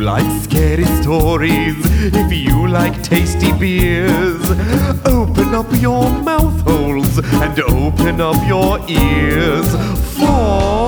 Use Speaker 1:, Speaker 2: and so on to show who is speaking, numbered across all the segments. Speaker 1: like scary stories, if you like tasty beers, open up your mouth holes and open up your ears for.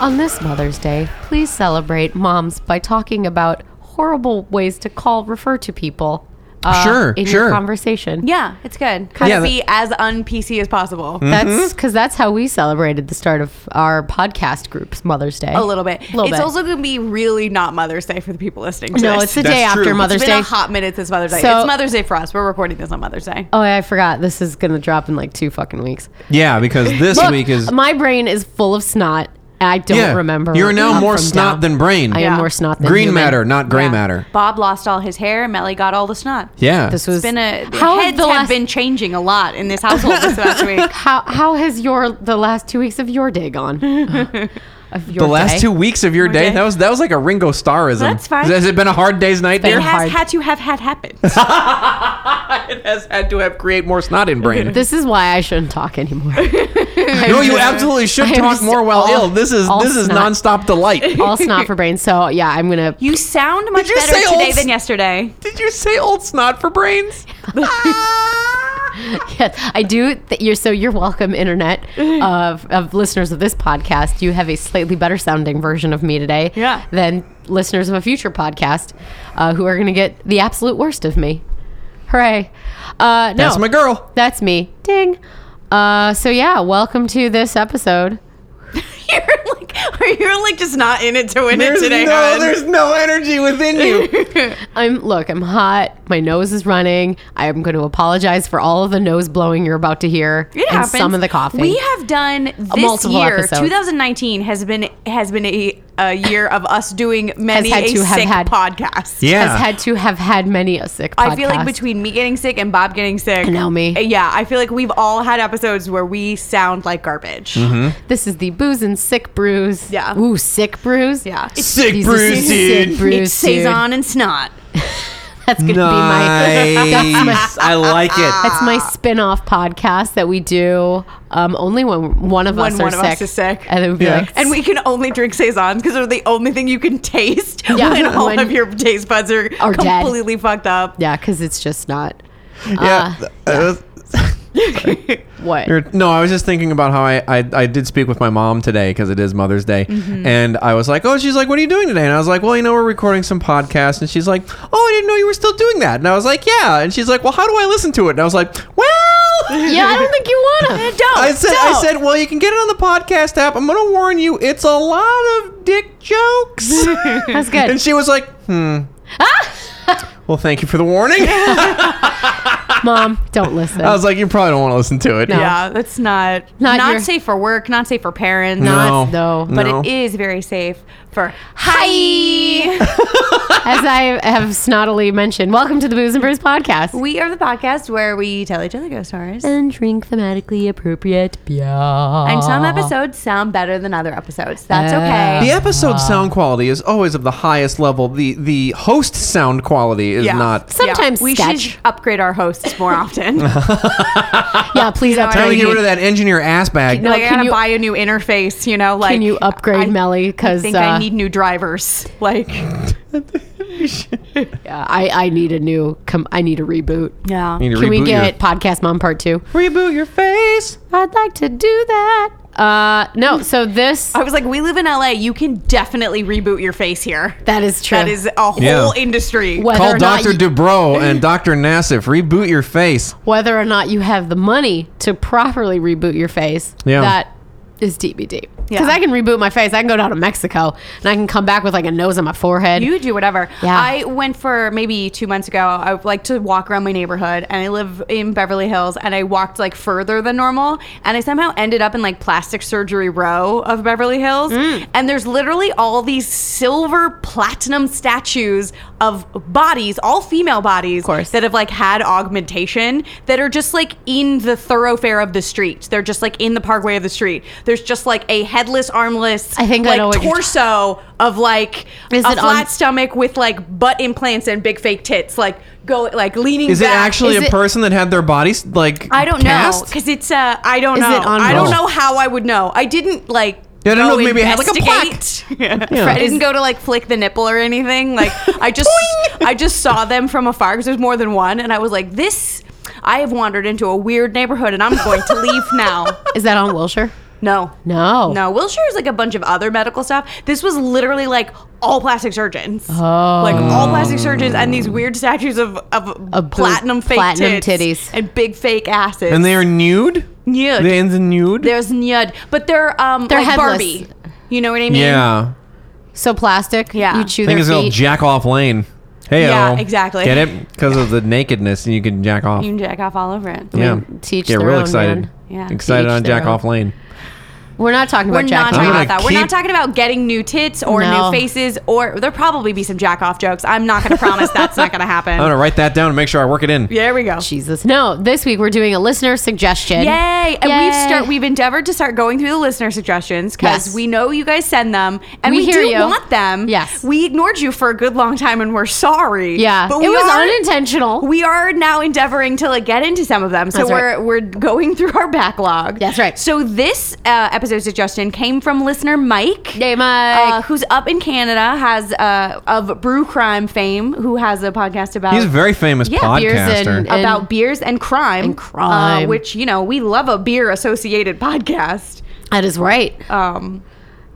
Speaker 2: On this Mother's Day, please celebrate moms by talking about horrible ways to call, refer to people. uh,
Speaker 3: Sure,
Speaker 2: in
Speaker 3: sure.
Speaker 2: your conversation.
Speaker 4: Yeah, Hmm? it's good. Kind
Speaker 3: Yeah,
Speaker 4: of
Speaker 3: that-
Speaker 4: be as un PC as possible.
Speaker 3: Mm-hmm.
Speaker 2: That's because Mm-hmm. that's how we celebrated the start of our podcast group's Mother's Day.
Speaker 4: A little bit.
Speaker 2: Little
Speaker 4: it's
Speaker 2: bit.
Speaker 4: also going to be really not Mother's Day for the people listening. To
Speaker 2: no,
Speaker 4: this.
Speaker 2: it's the
Speaker 3: That's
Speaker 2: day
Speaker 3: true.
Speaker 2: after
Speaker 3: It's
Speaker 2: Mother's
Speaker 4: It's
Speaker 2: Day.
Speaker 4: been a hot minute since Mother's Day.
Speaker 2: So-
Speaker 4: it's Mother's Day for us. We're recording this on Mother's Day.
Speaker 2: Oh, I forgot. This is gonna drop in like two fucking weeks.
Speaker 3: Yeah, because this
Speaker 2: Look,
Speaker 3: week is
Speaker 2: my brain is full of snot. I don't
Speaker 3: yeah.
Speaker 2: remember.
Speaker 3: You're now
Speaker 2: up
Speaker 3: more
Speaker 2: from
Speaker 3: snot
Speaker 2: down.
Speaker 3: than brain.
Speaker 2: I
Speaker 4: Yeah.
Speaker 2: am more snot than
Speaker 3: Green
Speaker 2: human.
Speaker 3: matter, not gray
Speaker 4: Yeah.
Speaker 3: matter.
Speaker 4: Bob lost all his hair. Melly got all the snot.
Speaker 3: Yeah.
Speaker 2: This was
Speaker 4: It's been a
Speaker 2: how
Speaker 4: heads
Speaker 2: the
Speaker 4: have
Speaker 2: last
Speaker 4: been changing a lot in this household this last week.
Speaker 2: how how has your the last two weeks of your day gone? of your
Speaker 3: the last
Speaker 2: day?
Speaker 3: two weeks of your day,
Speaker 4: Okay.
Speaker 3: that was that was like a Ringo Starrism.
Speaker 4: That's fine.
Speaker 3: Has it been a hard day's night
Speaker 4: It
Speaker 3: there?
Speaker 2: been hard.
Speaker 4: has had to have had happened.
Speaker 3: It has had to have create more snot in brain.
Speaker 2: This is why I shouldn't talk anymore.
Speaker 3: no, you absolutely should
Speaker 2: I am
Speaker 3: talk
Speaker 2: just
Speaker 3: more while
Speaker 2: all-
Speaker 3: ill. This is
Speaker 2: all
Speaker 3: this is
Speaker 2: snot.
Speaker 3: nonstop delight.
Speaker 2: All snot for brain. So yeah, I'm gonna.
Speaker 4: You sound much
Speaker 3: you
Speaker 4: better
Speaker 3: say
Speaker 4: today
Speaker 3: old-
Speaker 4: than yesterday.
Speaker 3: Did you say old snot for brains?
Speaker 2: Yes, I do. Th- you're so you're welcome, internet of of listeners of this podcast. You have a slightly better sounding version of me today.
Speaker 4: Yeah.
Speaker 2: Than listeners of a future podcast, uh, who are gonna get the absolute worst of me. Hooray! Uh, no,
Speaker 3: That's my girl.
Speaker 2: That's me. Ding. Uh, so yeah, welcome to this episode.
Speaker 4: You're like, you're like just not in it to win it today. hon.
Speaker 3: no energy within you.
Speaker 2: I'm look, I'm hot. My nose is running. I am going to apologize for all of the nose blowing you're about to hear
Speaker 4: It
Speaker 2: and
Speaker 4: happens.
Speaker 2: some of the coughing.
Speaker 4: We have done this
Speaker 2: Multiple
Speaker 4: year.
Speaker 2: episodes.
Speaker 4: 2019 has been has been a, a year of us doing many
Speaker 2: had
Speaker 4: a
Speaker 2: to have
Speaker 4: sick
Speaker 2: had.
Speaker 4: podcasts.
Speaker 3: Yeah.
Speaker 2: has had to have had many a sick. Podcast.
Speaker 4: I feel like between me getting sick and Bob getting sick. eh,
Speaker 2: know me.
Speaker 4: Yeah, I feel like we've all had episodes where we sound like garbage.
Speaker 3: Mm-hmm.
Speaker 2: this is the booze and sick brews.
Speaker 4: Yeah.
Speaker 2: Ooh, sick brews.
Speaker 4: Yeah. It's,
Speaker 3: Sick
Speaker 2: These are
Speaker 3: bruise,
Speaker 2: sick
Speaker 3: dude.
Speaker 2: brews,
Speaker 4: it's Saison
Speaker 2: dude.
Speaker 4: and snot.
Speaker 2: That's gonna be my. That's my
Speaker 3: Nice. I like it.
Speaker 2: That's my spin-off podcast that we do um, only when one of
Speaker 4: When
Speaker 2: us
Speaker 4: one
Speaker 2: are
Speaker 4: of
Speaker 2: sick.
Speaker 4: us is sick.
Speaker 2: And it would be
Speaker 3: Yeah.
Speaker 2: like,
Speaker 4: And we can only drink saisons because they're the only thing you can taste
Speaker 2: Yeah,
Speaker 4: when all
Speaker 2: when-
Speaker 4: of your taste buds are,
Speaker 2: Are dead.
Speaker 4: completely fucked up.
Speaker 2: yeah, because it's just not Ah.
Speaker 3: Yeah. Uh,
Speaker 2: what.
Speaker 3: You're- No, I was just thinking about how I, I, I did speak with my mom today because it is Mother's Day.
Speaker 2: Mm-hmm.
Speaker 3: And I was like, oh, she's like, what are you doing today? And I was like, well, you know, we're recording some podcast. And she's like, oh, I didn't know you were still doing that. And I was like, yeah. And she's like, well, how do I listen to it? And I was like, well.
Speaker 2: yeah, I don't think you wanna.
Speaker 4: Don't.
Speaker 3: I said, I
Speaker 4: don't.
Speaker 3: said, well, you can get it on the podcast app. I'm going to warn you, it's a lot of dick jokes.
Speaker 2: That's good. Ah.
Speaker 3: and she was like, hmm. well, thank you for the warning. I
Speaker 2: Mom, don't listen.
Speaker 3: was like, you probably don't want to listen to it.
Speaker 2: No.
Speaker 4: Yeah, that's not
Speaker 2: Not
Speaker 4: not,
Speaker 2: your-
Speaker 4: safe for work, not safe for parents.
Speaker 3: No.
Speaker 2: No.
Speaker 4: But
Speaker 3: No.
Speaker 4: it is very safe for hi.
Speaker 2: As I have snottily mentioned, welcome to the Booze and Brews podcast.
Speaker 4: we are the podcast where we tell each other ghost stories.
Speaker 2: and drink thematically appropriate beer.
Speaker 4: And some episodes sound better than other episodes. That's
Speaker 2: Uh,
Speaker 4: okay.
Speaker 3: The episode sound quality is always of the highest level. The the host sound quality is
Speaker 4: Yeah.
Speaker 3: not.
Speaker 2: Sometimes
Speaker 4: we
Speaker 2: sketch.
Speaker 4: should upgrade our hosts more often.
Speaker 2: yeah, please
Speaker 4: know what
Speaker 3: Time to
Speaker 2: upgrade
Speaker 3: get
Speaker 2: me.
Speaker 3: rid of that engineer ass bag.
Speaker 2: No,
Speaker 4: like I
Speaker 2: can
Speaker 4: gotta
Speaker 2: you-
Speaker 4: buy a new interface, you know. Like
Speaker 2: Can you upgrade
Speaker 4: I-
Speaker 2: Melly? uh,
Speaker 4: I
Speaker 2: Because
Speaker 4: think I need new drivers. Like
Speaker 2: I, I need a new. Com- I need a reboot.
Speaker 4: yeah,
Speaker 3: You need to
Speaker 2: Can we
Speaker 3: reboot
Speaker 2: get Podcast Mom Part Two?
Speaker 3: your, reboot your face?
Speaker 2: I'd like to do that. Uh, no. So this
Speaker 4: I was like, we live in LA. You can definitely reboot your face here.
Speaker 2: that is true.
Speaker 4: That is a whole
Speaker 3: Yeah.
Speaker 4: industry.
Speaker 2: Whether
Speaker 3: Call
Speaker 2: or not
Speaker 3: Doctor
Speaker 2: you-
Speaker 3: Dubrow and Doctor Nassif. Reboot your face.
Speaker 2: whether or not you have the money to properly reboot your face,
Speaker 3: Yeah.
Speaker 2: that is TBD. Because
Speaker 4: Yeah.
Speaker 2: I can reboot my face, I can go down to Mexico, and I can come back with like a nose on my forehead.
Speaker 4: You do whatever.
Speaker 2: Yeah.
Speaker 4: I went for maybe two months ago. I like to walk around my neighborhood, and I live in Beverly Hills, and I walked like further than normal, and I somehow ended up in like plastic surgery row of Beverly Hills,
Speaker 2: Mm.
Speaker 4: and there's literally all these silver platinum statues of bodies, all female bodies,
Speaker 2: course.
Speaker 4: that have like had augmentation that are just like in the thoroughfare of the street. They're just like in the parkway of the street. They're There's just like a headless, armless,
Speaker 2: I think I
Speaker 4: like
Speaker 2: know what you're
Speaker 4: torso of like
Speaker 2: Is
Speaker 4: a
Speaker 2: it on-
Speaker 4: flat stomach with like butt implants and big fake tits, like go like leaning.
Speaker 3: Is it
Speaker 4: back.
Speaker 3: actually
Speaker 2: is
Speaker 3: a
Speaker 2: it-
Speaker 3: person that had their bodies like
Speaker 4: I don't know
Speaker 3: cast?
Speaker 4: because it's uh I don't
Speaker 2: Is
Speaker 4: know.
Speaker 2: it on
Speaker 4: I don't
Speaker 3: both?
Speaker 4: know how I would know. I didn't like.
Speaker 3: Yeah, I don't
Speaker 4: go
Speaker 3: know, maybe it had, like, a plaque.
Speaker 4: investigate. Yeah.
Speaker 3: Yeah.
Speaker 4: I didn't go to like flick the nipple or anything. Like I just I just saw them from afar because there's more than one, and I was like, this. I have wandered into a weird neighborhood, and I'm going to leave now.
Speaker 2: Is that on Wilshire?
Speaker 4: No,
Speaker 2: No.
Speaker 4: no. Wilshire is like a bunch of other medical stuff. This was literally like all plastic surgeons.
Speaker 2: Oh.
Speaker 4: Like all plastic surgeons and these weird statues of, of,
Speaker 2: Of boob-
Speaker 4: platinum fake
Speaker 2: platinum
Speaker 4: tits
Speaker 2: titties.
Speaker 4: and big fake asses.
Speaker 3: And they are nude.
Speaker 4: Nude.
Speaker 3: They end in nude.
Speaker 4: There's Nyud, but they're um
Speaker 2: They're
Speaker 4: like
Speaker 2: headless.
Speaker 4: Barbie. You know what I mean?
Speaker 3: yeah.
Speaker 2: So plastic.
Speaker 4: Yeah.
Speaker 2: You chew
Speaker 3: I think
Speaker 2: their
Speaker 3: it's an old
Speaker 2: feet.
Speaker 3: jack off lane. Hey,
Speaker 4: Yeah, exactly.
Speaker 3: Get it because of the nakedness, and you can jack off.
Speaker 4: You can jack off all over it.
Speaker 3: yeah,
Speaker 2: teach
Speaker 3: get
Speaker 2: their
Speaker 3: real
Speaker 2: own,
Speaker 3: excited.
Speaker 2: man.
Speaker 4: Yeah.
Speaker 3: excited
Speaker 2: Teach
Speaker 3: on
Speaker 2: their
Speaker 3: jack off
Speaker 2: own.
Speaker 3: lane.
Speaker 2: We're not talking
Speaker 4: We're
Speaker 2: about
Speaker 4: not
Speaker 2: jack.
Speaker 4: talking
Speaker 3: I'm
Speaker 4: about
Speaker 3: gonna
Speaker 4: that. We're not
Speaker 3: keep-
Speaker 4: talking about getting new tits or
Speaker 2: No.
Speaker 4: new faces or there'll probably be some jack off jokes. I'm not gonna promise that's not gonna happen.
Speaker 3: I'm gonna write that down and make sure I work it in.
Speaker 4: There we go.
Speaker 2: Jesus. No. This week we're doing a listener suggestion.
Speaker 4: Yay! And we've
Speaker 2: Yay.
Speaker 4: start we've endeavored to start going through the listener suggestions because
Speaker 2: Yes.
Speaker 4: we know you guys send them and
Speaker 2: We
Speaker 4: we,
Speaker 2: hear
Speaker 4: do
Speaker 2: you.
Speaker 4: want them.
Speaker 2: Yes.
Speaker 4: we ignored you for a good long time and we're sorry.
Speaker 2: Yeah.
Speaker 4: but
Speaker 2: it
Speaker 4: we
Speaker 2: was
Speaker 4: are-
Speaker 2: unintentional.
Speaker 4: We are now endeavoring to like get into some of them, so
Speaker 2: That's
Speaker 4: we're
Speaker 2: right.
Speaker 4: we're going through our backlog.
Speaker 2: That's right.
Speaker 4: So this uh, episode suggestion came from listener Mike.
Speaker 2: Yay, Mike.
Speaker 4: uh, who's up in Canada, has uh, of brew crime fame, who has a podcast about
Speaker 3: He's a very famous
Speaker 4: Yeah,
Speaker 2: beers and- uh,
Speaker 3: podcaster.
Speaker 2: and-
Speaker 4: about beers and crime,
Speaker 2: And crime.
Speaker 4: uh, which you know we love a beer associated podcast.
Speaker 2: that is right.
Speaker 4: Um,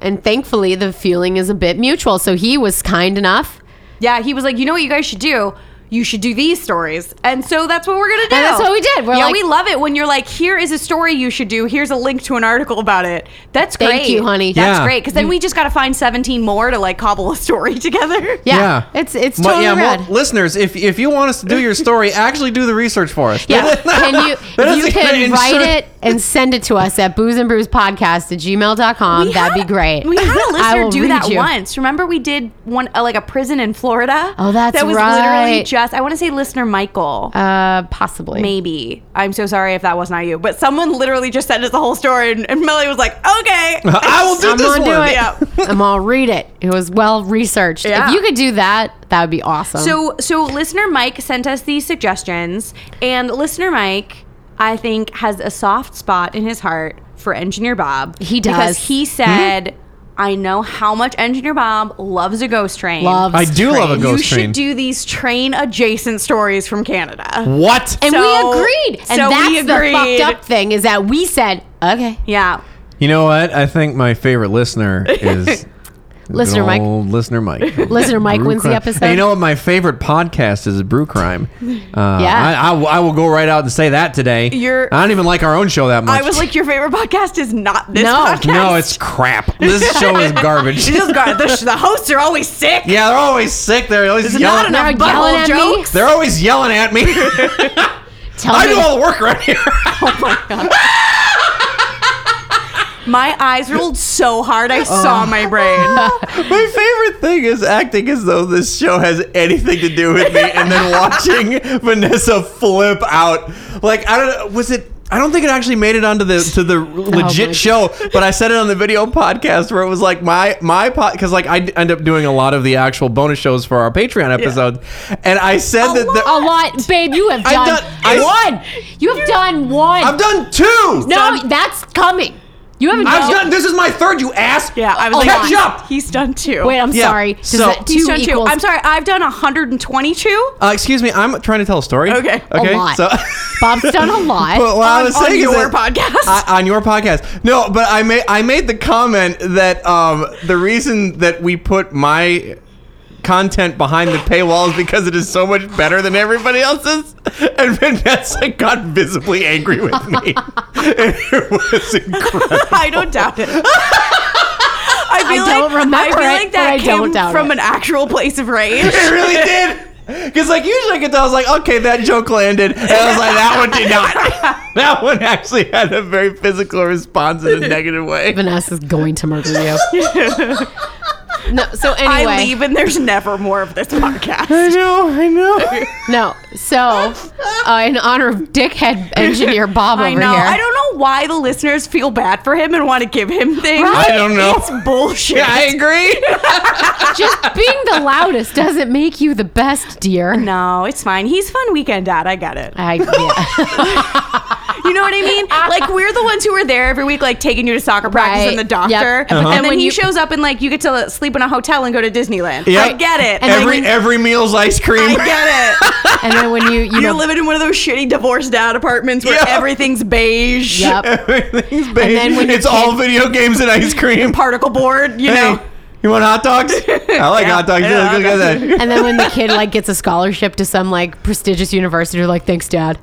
Speaker 2: And thankfully, the feeling is a bit mutual. So he was kind enough.
Speaker 4: yeah, he was like, you know what you guys should do. You should do these stories, and so that's what we're gonna do.
Speaker 2: And that's what we did. We're
Speaker 4: yeah,
Speaker 2: like-
Speaker 4: we love it when you're like, "Here is a story you should do. Here's a link to an article about it." That's
Speaker 2: Thank
Speaker 4: great,
Speaker 2: you, honey.
Speaker 4: That's
Speaker 3: Yeah.
Speaker 4: great because then we just got to find 17 more to like cobble a story together.
Speaker 2: Yeah. It's it's
Speaker 3: But
Speaker 2: totally
Speaker 3: yeah, well,
Speaker 2: rad.
Speaker 3: listeners, if if you want us to do your story, actually do the research for us.
Speaker 2: Yeah. Can you
Speaker 3: That
Speaker 2: you
Speaker 3: is
Speaker 2: can
Speaker 3: even
Speaker 2: write
Speaker 3: insur-
Speaker 2: it and send it to us at booze and brews podcast at gmail.com.
Speaker 4: We
Speaker 2: That'd
Speaker 4: had-
Speaker 2: be great.
Speaker 4: We had a
Speaker 2: I
Speaker 4: listener
Speaker 2: will
Speaker 4: do
Speaker 2: read
Speaker 4: that
Speaker 2: you.
Speaker 4: once. Remember, we did one uh, like a prison in Florida.
Speaker 2: Oh, that's
Speaker 4: that was literally
Speaker 2: right.
Speaker 4: just. I want to say listener Michael.
Speaker 2: Uh possibly.
Speaker 4: Maybe I'm so sorry if that was not you, but someone literally just sent us the whole story, and, and Melly was like, "Okay,
Speaker 3: I will do
Speaker 2: I'm
Speaker 3: this
Speaker 2: gonna do
Speaker 3: one.
Speaker 2: it.
Speaker 4: Yeah.
Speaker 2: I'm gonna read it. It was well researched.
Speaker 4: Yeah.
Speaker 2: If you could do that, that would be awesome.
Speaker 4: So, so listener Mike sent us these suggestions, and listener Mike, I think, has a soft spot in his heart for Engineer Bob.
Speaker 2: He
Speaker 4: because
Speaker 2: does.
Speaker 4: he Hmm? said, "I know how much Engineer Bob loves a ghost train.
Speaker 2: Loves
Speaker 3: I do love a
Speaker 2: trains.
Speaker 3: ghost
Speaker 4: you
Speaker 3: train.
Speaker 4: should do these train adjacent stories from Canada."
Speaker 3: what?
Speaker 2: And
Speaker 4: So-
Speaker 2: we agreed. And
Speaker 4: so
Speaker 2: that's
Speaker 4: we
Speaker 2: the
Speaker 4: agreed.
Speaker 2: fucked up thing is that we said, okay.
Speaker 4: Yeah.
Speaker 3: you know what? I think my favorite listener is
Speaker 2: Listener
Speaker 3: good
Speaker 2: Mike.
Speaker 3: old Listener Mike.
Speaker 2: Listener Mike
Speaker 3: Brew
Speaker 2: wins the
Speaker 3: Crime.
Speaker 2: episode.
Speaker 3: And you know what? My favorite podcast is Brew Crime. Uh,
Speaker 2: Yeah.
Speaker 3: I, I will- I will go right out and say that today.
Speaker 4: You're-
Speaker 3: I don't even like our own show that much.
Speaker 4: I was like, your favorite podcast is not this
Speaker 2: No.
Speaker 4: podcast.
Speaker 3: no, it's crap. This show is garbage.
Speaker 4: She just got the, the hosts are always sick.
Speaker 3: yeah, they're always sick. They're always
Speaker 4: Not
Speaker 3: yelling.
Speaker 2: They're
Speaker 4: enough
Speaker 2: yelling
Speaker 4: butthole
Speaker 2: at me.
Speaker 4: jokes.
Speaker 3: They're always yelling at me.
Speaker 2: Tell
Speaker 3: I
Speaker 2: me.
Speaker 3: do all the work right here.
Speaker 4: My eyes rolled so hard I saw
Speaker 2: Oh.
Speaker 4: my brain.
Speaker 3: My favorite thing is acting as though this show has anything to do with me, and then watching Vanessa flip out. Like I don't know, was it? I don't think it actually made it onto the to the legit
Speaker 2: my
Speaker 3: show, but I said it on the video podcast where it was like my my pod because like I d- end up doing a lot of the actual bonus shows for our Patreon episodes, and I said that the,
Speaker 2: a lot, babe. You have
Speaker 3: I've
Speaker 2: done,
Speaker 3: done- I-
Speaker 2: one. You have done one.
Speaker 3: I've done two.
Speaker 2: no, that's coming. You haven't
Speaker 3: I've
Speaker 2: done.
Speaker 3: done. This is my third. You ass.
Speaker 4: Yeah, I was
Speaker 2: Oh,
Speaker 4: like,
Speaker 2: catch
Speaker 4: he's-
Speaker 3: up.
Speaker 4: He's done two.
Speaker 2: Wait, I'm
Speaker 3: Yeah,
Speaker 2: sorry. Does
Speaker 3: so-
Speaker 2: that two
Speaker 4: he's done two.
Speaker 2: equals
Speaker 4: I'm sorry, I've done 122.
Speaker 3: Uh, excuse me. I'm trying to tell a story.
Speaker 4: Okay.
Speaker 2: a
Speaker 3: Okay.
Speaker 2: lot.
Speaker 3: So.
Speaker 2: Bob's done a lot.
Speaker 3: But what I
Speaker 4: on-
Speaker 3: was
Speaker 4: on
Speaker 3: saying is
Speaker 4: your
Speaker 3: that-
Speaker 4: podcast.
Speaker 3: I- on your podcast. No, but I made I made the comment that um, the reason that we put my content behind the paywall is because it is so much better than everybody else's. And Vanessa got visibly angry with me. it was incredible.
Speaker 4: I don't doubt it. I, feel
Speaker 2: I don't
Speaker 4: I
Speaker 2: remember
Speaker 4: feel
Speaker 2: it,
Speaker 4: like that
Speaker 2: but I
Speaker 4: came
Speaker 2: don't doubt
Speaker 4: from
Speaker 2: it.
Speaker 4: an actual place of rage.
Speaker 3: It really did. Because like usually I could tell, I was like, okay, that joke landed, and I was like, that one did not. that one actually had a very physical response in a negative way.
Speaker 2: Vanessa's going to murder you. no. So anyway,
Speaker 4: I leave and there's never more of this
Speaker 3: I
Speaker 4: podcast.
Speaker 3: know, I know.
Speaker 2: no. So uh, in honor of dickhead engineer Bob
Speaker 4: I
Speaker 2: over
Speaker 4: know.
Speaker 2: here,
Speaker 4: I don't know why the listeners feel bad for him and want to give him things.
Speaker 3: I don't know.
Speaker 4: It's bullshit.
Speaker 3: Yeah, I agree.
Speaker 2: Just being the loudest doesn't make you the best, dear.
Speaker 4: no, it's fine. He's fun weekend dad. I get it.
Speaker 2: I, yeah.
Speaker 4: You know what I mean? like we're the ones who are there every week, like taking you to soccer practice
Speaker 2: Right.
Speaker 4: and the doctor,
Speaker 2: Yep. Uh-huh.
Speaker 4: and then
Speaker 2: When
Speaker 4: he
Speaker 2: you-
Speaker 4: shows up and like you get to sleep in a hotel and go to Disneyland.
Speaker 3: Yep.
Speaker 4: I get it.
Speaker 2: And
Speaker 3: every
Speaker 2: then-
Speaker 3: every meal's ice
Speaker 4: I
Speaker 3: cream.
Speaker 4: get it.
Speaker 2: and then when you you know,
Speaker 4: You're living in one of those shitty divorced dad apartments where
Speaker 3: Yeah.
Speaker 4: everything's beige,
Speaker 2: yep.
Speaker 3: Everything's beige.
Speaker 2: then when your
Speaker 3: it's all video games and ice cream.
Speaker 4: particle board. You
Speaker 3: Hey,
Speaker 4: know.
Speaker 3: you want hot dogs? I like hot dogs.
Speaker 4: yeah,
Speaker 3: Look at that.
Speaker 2: And then when the kid like gets a scholarship to some like prestigious university, you're like, thanks, dad.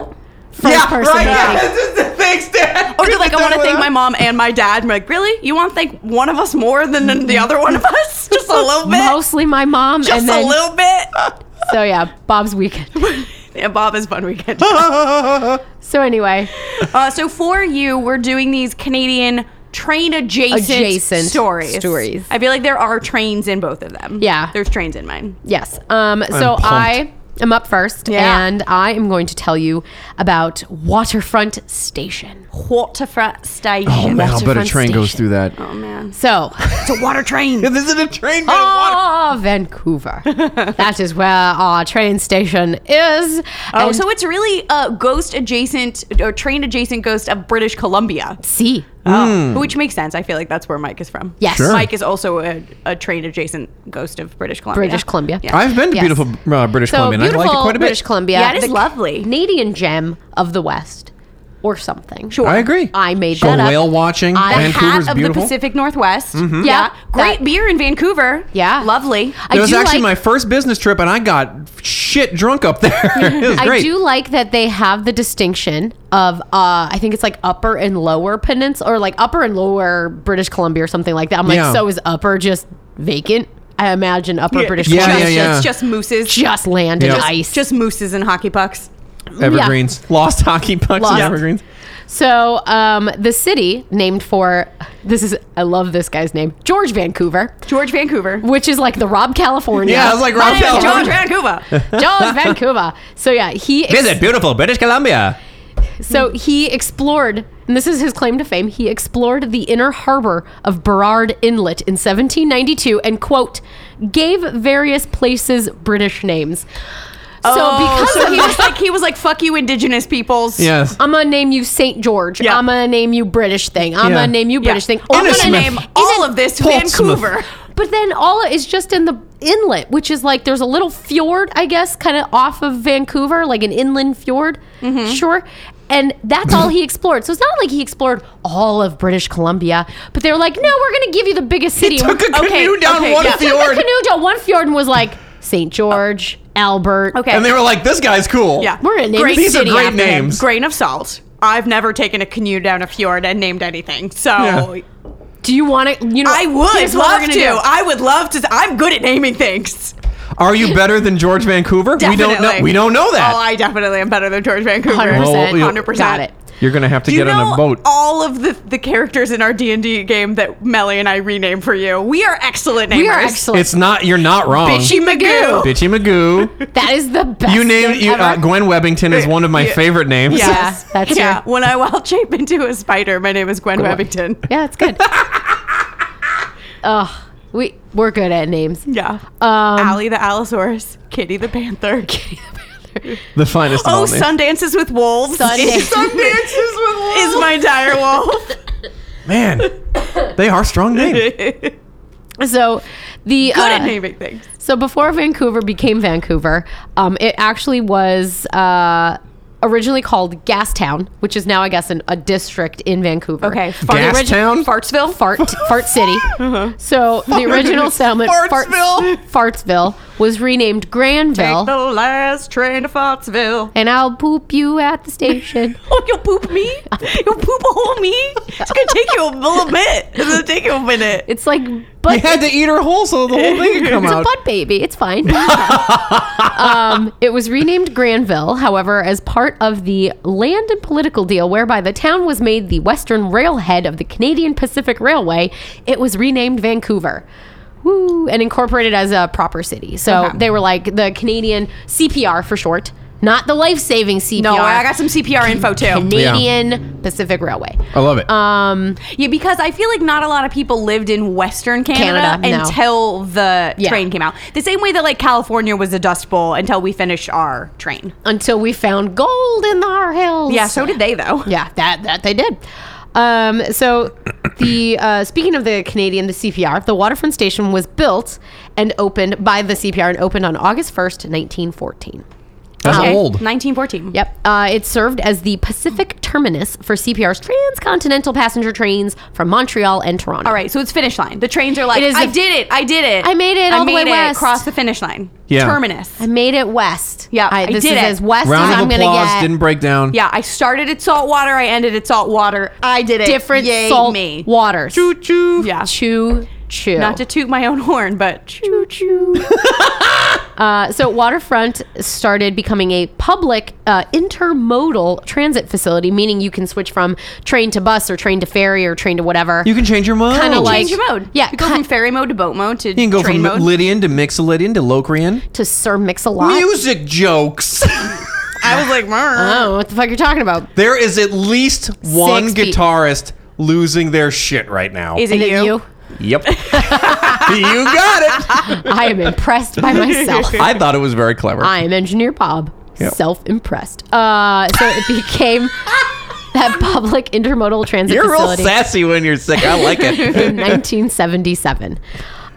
Speaker 2: First
Speaker 3: yeah,
Speaker 2: person
Speaker 3: right.
Speaker 2: to
Speaker 3: Yeah.
Speaker 2: think.
Speaker 3: Thanks, Dad.
Speaker 4: Or they're like, I want to thank my
Speaker 3: mom.
Speaker 4: mom and my dad. I'm like, really? You want to thank one of us more than the other one of us? Just a little bit.
Speaker 2: Mostly my mom,
Speaker 4: Just
Speaker 2: and then
Speaker 4: a little bit.
Speaker 2: so yeah, Bob's weekend.
Speaker 4: Yeah, Bob is fun weekend.
Speaker 2: So anyway,
Speaker 4: Uh, so for you, we're doing these Canadian train adjacent,
Speaker 2: Adjacent
Speaker 4: stories.
Speaker 2: stories.
Speaker 4: I feel like there are trains in both of them.
Speaker 2: Yeah.
Speaker 4: there's trains in mine.
Speaker 2: yes. Um, so
Speaker 3: pumped.
Speaker 2: I am up first,
Speaker 4: Yeah.
Speaker 2: and I am going to tell you about Waterfront Station.
Speaker 4: Waterfront station.
Speaker 3: Oh man, I'll bet a
Speaker 2: Waterfront
Speaker 3: train goes
Speaker 2: station.
Speaker 3: through that.
Speaker 4: Oh, man,
Speaker 2: So,
Speaker 4: it's a water train.
Speaker 3: This is a train.
Speaker 2: ah, Vancouver. that is where our train station is.
Speaker 4: Oh,
Speaker 2: and
Speaker 4: so it's really a ghost adjacent or train adjacent ghost of British Columbia,
Speaker 2: see,
Speaker 3: Hmm.
Speaker 4: oh, which makes sense. I feel like that's where Mike is from.
Speaker 2: Yes. Sure.
Speaker 4: Mike is also a, a train adjacent ghost of British Columbia.
Speaker 2: British Columbia.
Speaker 4: Yeah.
Speaker 3: I've been to
Speaker 2: Yes.
Speaker 3: beautiful uh, British
Speaker 2: so
Speaker 3: Columbia. and I
Speaker 2: beautiful
Speaker 3: like it quite a bit.
Speaker 2: British Columbia.
Speaker 4: Yeah, it is
Speaker 2: the
Speaker 4: lovely.
Speaker 2: Canadian gem of the West, or something.
Speaker 4: Sure.
Speaker 3: I agree.
Speaker 2: I made
Speaker 3: Go
Speaker 2: that up.
Speaker 3: whale watching.
Speaker 2: I- The hat
Speaker 3: Vancouver's
Speaker 4: Hat of
Speaker 3: beautiful. Mm-hmm.
Speaker 4: the Pacific Northwest.
Speaker 2: Yeah.
Speaker 4: Yeah. Great
Speaker 2: That-
Speaker 4: beer in Vancouver.
Speaker 2: Yeah.
Speaker 4: Lovely.
Speaker 2: I
Speaker 3: It was
Speaker 2: do
Speaker 3: actually
Speaker 2: like-
Speaker 3: my first business trip, and I got shit drunk up there. it was
Speaker 2: I
Speaker 3: great.
Speaker 2: do like that they have the distinction of uh, I think it's like upper and lower peninsula or like upper and lower British Columbia or something like that. I'm like,
Speaker 3: Yeah.
Speaker 2: so is upper just vacant? I imagine upper British
Speaker 3: Yeah,
Speaker 2: Columbia
Speaker 4: just,
Speaker 3: yeah, yeah.
Speaker 4: It's just mooses.
Speaker 2: just land and
Speaker 3: Yeah. Just-
Speaker 2: ice.
Speaker 4: Just mooses and hockey pucks.
Speaker 3: evergreens, lost hockey pucks,
Speaker 2: Lost.
Speaker 3: and evergreens.
Speaker 2: So um, the city named for this is I love this guy's name George Vancouver,
Speaker 4: George Vancouver.
Speaker 2: which is like the Rob California.
Speaker 3: Yeah, I was like
Speaker 4: My
Speaker 3: Rob
Speaker 4: name is George
Speaker 3: California.
Speaker 4: Vancouver.
Speaker 2: George Vancouver. So yeah, he
Speaker 3: Visit beautiful British Columbia.
Speaker 2: So he explored, and this is his claim to fame, he explored the inner harbor of Burrard Inlet in 1792 and, quote, gave various places British names. So
Speaker 4: oh,
Speaker 2: because
Speaker 4: so
Speaker 2: of
Speaker 4: he
Speaker 2: that,
Speaker 4: was like he was like fuck you indigenous peoples.
Speaker 3: Yes.
Speaker 2: I'm gonna name you St. George.
Speaker 4: Yeah.
Speaker 2: I'm gonna name you British thing. I'm
Speaker 3: Yeah.
Speaker 2: gonna name you
Speaker 4: Yeah.
Speaker 2: British thing.
Speaker 4: I'm going to
Speaker 3: Innismith.
Speaker 4: name all of this
Speaker 3: Portsmouth.
Speaker 4: Vancouver.
Speaker 2: But then all is just in the inlet, which is like there's a little fjord, I guess, kind of off of Vancouver, like an inland fjord. Sure. And that's all he explored. So it's not like he explored all of British Columbia, but they were like, no, we're going to give you the biggest city.
Speaker 3: Took a canoe
Speaker 4: Okay,
Speaker 3: down
Speaker 4: okay,
Speaker 3: one
Speaker 4: yeah. Took a
Speaker 2: Took
Speaker 3: fjord,
Speaker 2: a canoe to one fjord and was like, St. George, Albert.
Speaker 4: Okay.
Speaker 3: and they were like, "This guy's cool."
Speaker 4: Yeah.
Speaker 2: We're going to name
Speaker 4: Great.
Speaker 2: a
Speaker 3: These are
Speaker 2: city
Speaker 3: great
Speaker 2: after him.
Speaker 3: names.
Speaker 4: Grain of salt. I've never taken a canoe down a fjord and named anything. So
Speaker 3: Yeah.
Speaker 2: Do you want to, you know,
Speaker 4: I would
Speaker 2: here's what we're
Speaker 4: love
Speaker 2: gonna
Speaker 4: to.
Speaker 2: do.
Speaker 4: I would love to. I'm good at naming things.
Speaker 3: Are you better than George Vancouver? We don't know.
Speaker 4: Definitely.
Speaker 3: We don't know that.
Speaker 4: Oh, I definitely am better than George Vancouver.
Speaker 2: 100%.
Speaker 3: Well,
Speaker 4: 100%.
Speaker 2: Got it.
Speaker 3: You're gonna have to
Speaker 4: Do you
Speaker 3: get
Speaker 4: know
Speaker 3: on a boat.
Speaker 4: all of the, the characters in our D&D game that Melly and I rename for you? We are excellent namers.
Speaker 2: We are excellent.
Speaker 3: It's not. You're not wrong.
Speaker 4: Bitchy Magoo.
Speaker 3: Bitchy Magoo.
Speaker 2: that is the best.
Speaker 3: You named
Speaker 2: thing
Speaker 3: you, uh,
Speaker 2: ever.
Speaker 3: Gwen Webbington is one of my
Speaker 4: Yeah.
Speaker 3: favorite names.
Speaker 2: Yeah. that's
Speaker 4: yeah.
Speaker 2: your-
Speaker 4: When I wild shape into a spider, my name is Gwen Webbington.
Speaker 2: Yeah, it's good. oh, we we're good at names.
Speaker 4: Yeah.
Speaker 2: Um,
Speaker 4: Allie the Allosaurus, Kitty the Panther.
Speaker 3: The finest.
Speaker 4: Oh,
Speaker 3: of all names.
Speaker 4: Sundances with Wolves.
Speaker 2: Sundan-
Speaker 4: Is my dire wolf.
Speaker 3: man, they are strong names.
Speaker 4: good
Speaker 2: so the
Speaker 4: at
Speaker 2: uh,
Speaker 4: naming things.
Speaker 2: so before Vancouver became Vancouver, um, it actually was uh, originally called Gastown, which is now I guess an, a district in Vancouver.
Speaker 4: Okay.
Speaker 2: Fart-
Speaker 3: Gas Town?
Speaker 2: Fartsville, fart, fart city.
Speaker 4: Uh-huh.
Speaker 2: So the original settlement, Farts-
Speaker 3: Fartsville.
Speaker 2: Fartsville, was renamed
Speaker 4: Take the
Speaker 2: Granville.
Speaker 4: last train to Foxville.
Speaker 2: And I'll poop you at the station.
Speaker 4: Oh, you'll poop me? You'll poop a whole me? It's gonna take you a little bit. It's gonna take you a minute.
Speaker 2: It's like, but
Speaker 3: You had to eat her whole so the whole thing could come
Speaker 2: It's
Speaker 3: out.
Speaker 2: a butt baby. It's fine. um, it was renamed Granville, however, as part of the land and political deal whereby the town was made the western railhead of the Canadian Pacific Railway. It was renamed Vancouver. Woo, and incorporated as a proper city. So
Speaker 4: Okay.
Speaker 2: they were like the Canadian CPR for short. not the life saving CPR.
Speaker 4: No, I got some CPR info too.
Speaker 2: Canadian Pacific Railway.
Speaker 3: I love it.
Speaker 2: Um,
Speaker 4: Yeah, because I feel like not a lot of people lived in Western Canada,
Speaker 2: Canada, no.
Speaker 4: until the
Speaker 2: Yeah.
Speaker 4: train came out. The same way that like California was a dust bowl until we finished our train.
Speaker 2: until we found gold in our hills.
Speaker 4: Yeah, so did they though.
Speaker 2: Yeah, that that they did. Um, so the uh, speaking of the Canadian, the CPR, the waterfront station was built and opened by the CPR and opened on August first, nineteen fourteen.
Speaker 3: That's
Speaker 2: okay.
Speaker 3: old.
Speaker 4: 1914.
Speaker 2: Yep, uh, it served as the Pacific terminus for CPR's transcontinental passenger trains from Montreal and Toronto.
Speaker 4: All right, so it's finish line. The trains are like,
Speaker 2: It is
Speaker 4: I
Speaker 2: the-
Speaker 4: did it, I did it,
Speaker 2: I made it all the way west."
Speaker 4: across the finish line.
Speaker 3: Yeah.
Speaker 4: Terminus.
Speaker 2: I made it west.
Speaker 4: Yeah, I
Speaker 2: this
Speaker 4: did
Speaker 2: is
Speaker 4: it.
Speaker 2: as west
Speaker 3: Round
Speaker 2: as
Speaker 3: of
Speaker 2: I'm gonna
Speaker 3: applause.
Speaker 2: get.
Speaker 3: Didn't break down.
Speaker 4: Yeah, I started at saltwater. I ended at saltwater. I did it.
Speaker 2: different
Speaker 4: Yay
Speaker 2: salt
Speaker 4: me.
Speaker 2: waters. Choo
Speaker 3: Choo.
Speaker 4: Yeah.
Speaker 2: choo choo.
Speaker 4: Not to toot my own horn, but choo choo.
Speaker 2: Uh, so waterfront started becoming a public uh, intermodal transit facility, meaning you can switch from train to bus or train to ferry or train to whatever.
Speaker 3: You can change your mode.
Speaker 2: Kinda like-
Speaker 4: Change your mode.
Speaker 2: Yeah,
Speaker 4: you go
Speaker 2: cut-
Speaker 4: from ferry mode to boat mode to
Speaker 3: You can go
Speaker 4: train
Speaker 3: from
Speaker 4: mode.
Speaker 3: Lydian to Mixolydian to Locrian.
Speaker 2: to Sir Mix-a-Lot.
Speaker 3: Music jokes.
Speaker 4: I was like, "Mer."
Speaker 2: I don't know what the fuck you're talking about.
Speaker 3: there is at least one
Speaker 2: pe-
Speaker 3: guitarist losing their shit right now.
Speaker 4: is it
Speaker 2: And then
Speaker 4: you?
Speaker 2: you?
Speaker 3: yep. you got it.
Speaker 2: I am impressed by myself.
Speaker 3: I thought it was very clever.
Speaker 2: I am Engineer Bob.
Speaker 3: Yep.
Speaker 2: Self-impressed. Uh, so it became that public intermodal transit
Speaker 3: you're real
Speaker 2: facility
Speaker 3: sassy when you're sick. I like it.
Speaker 2: in 1977.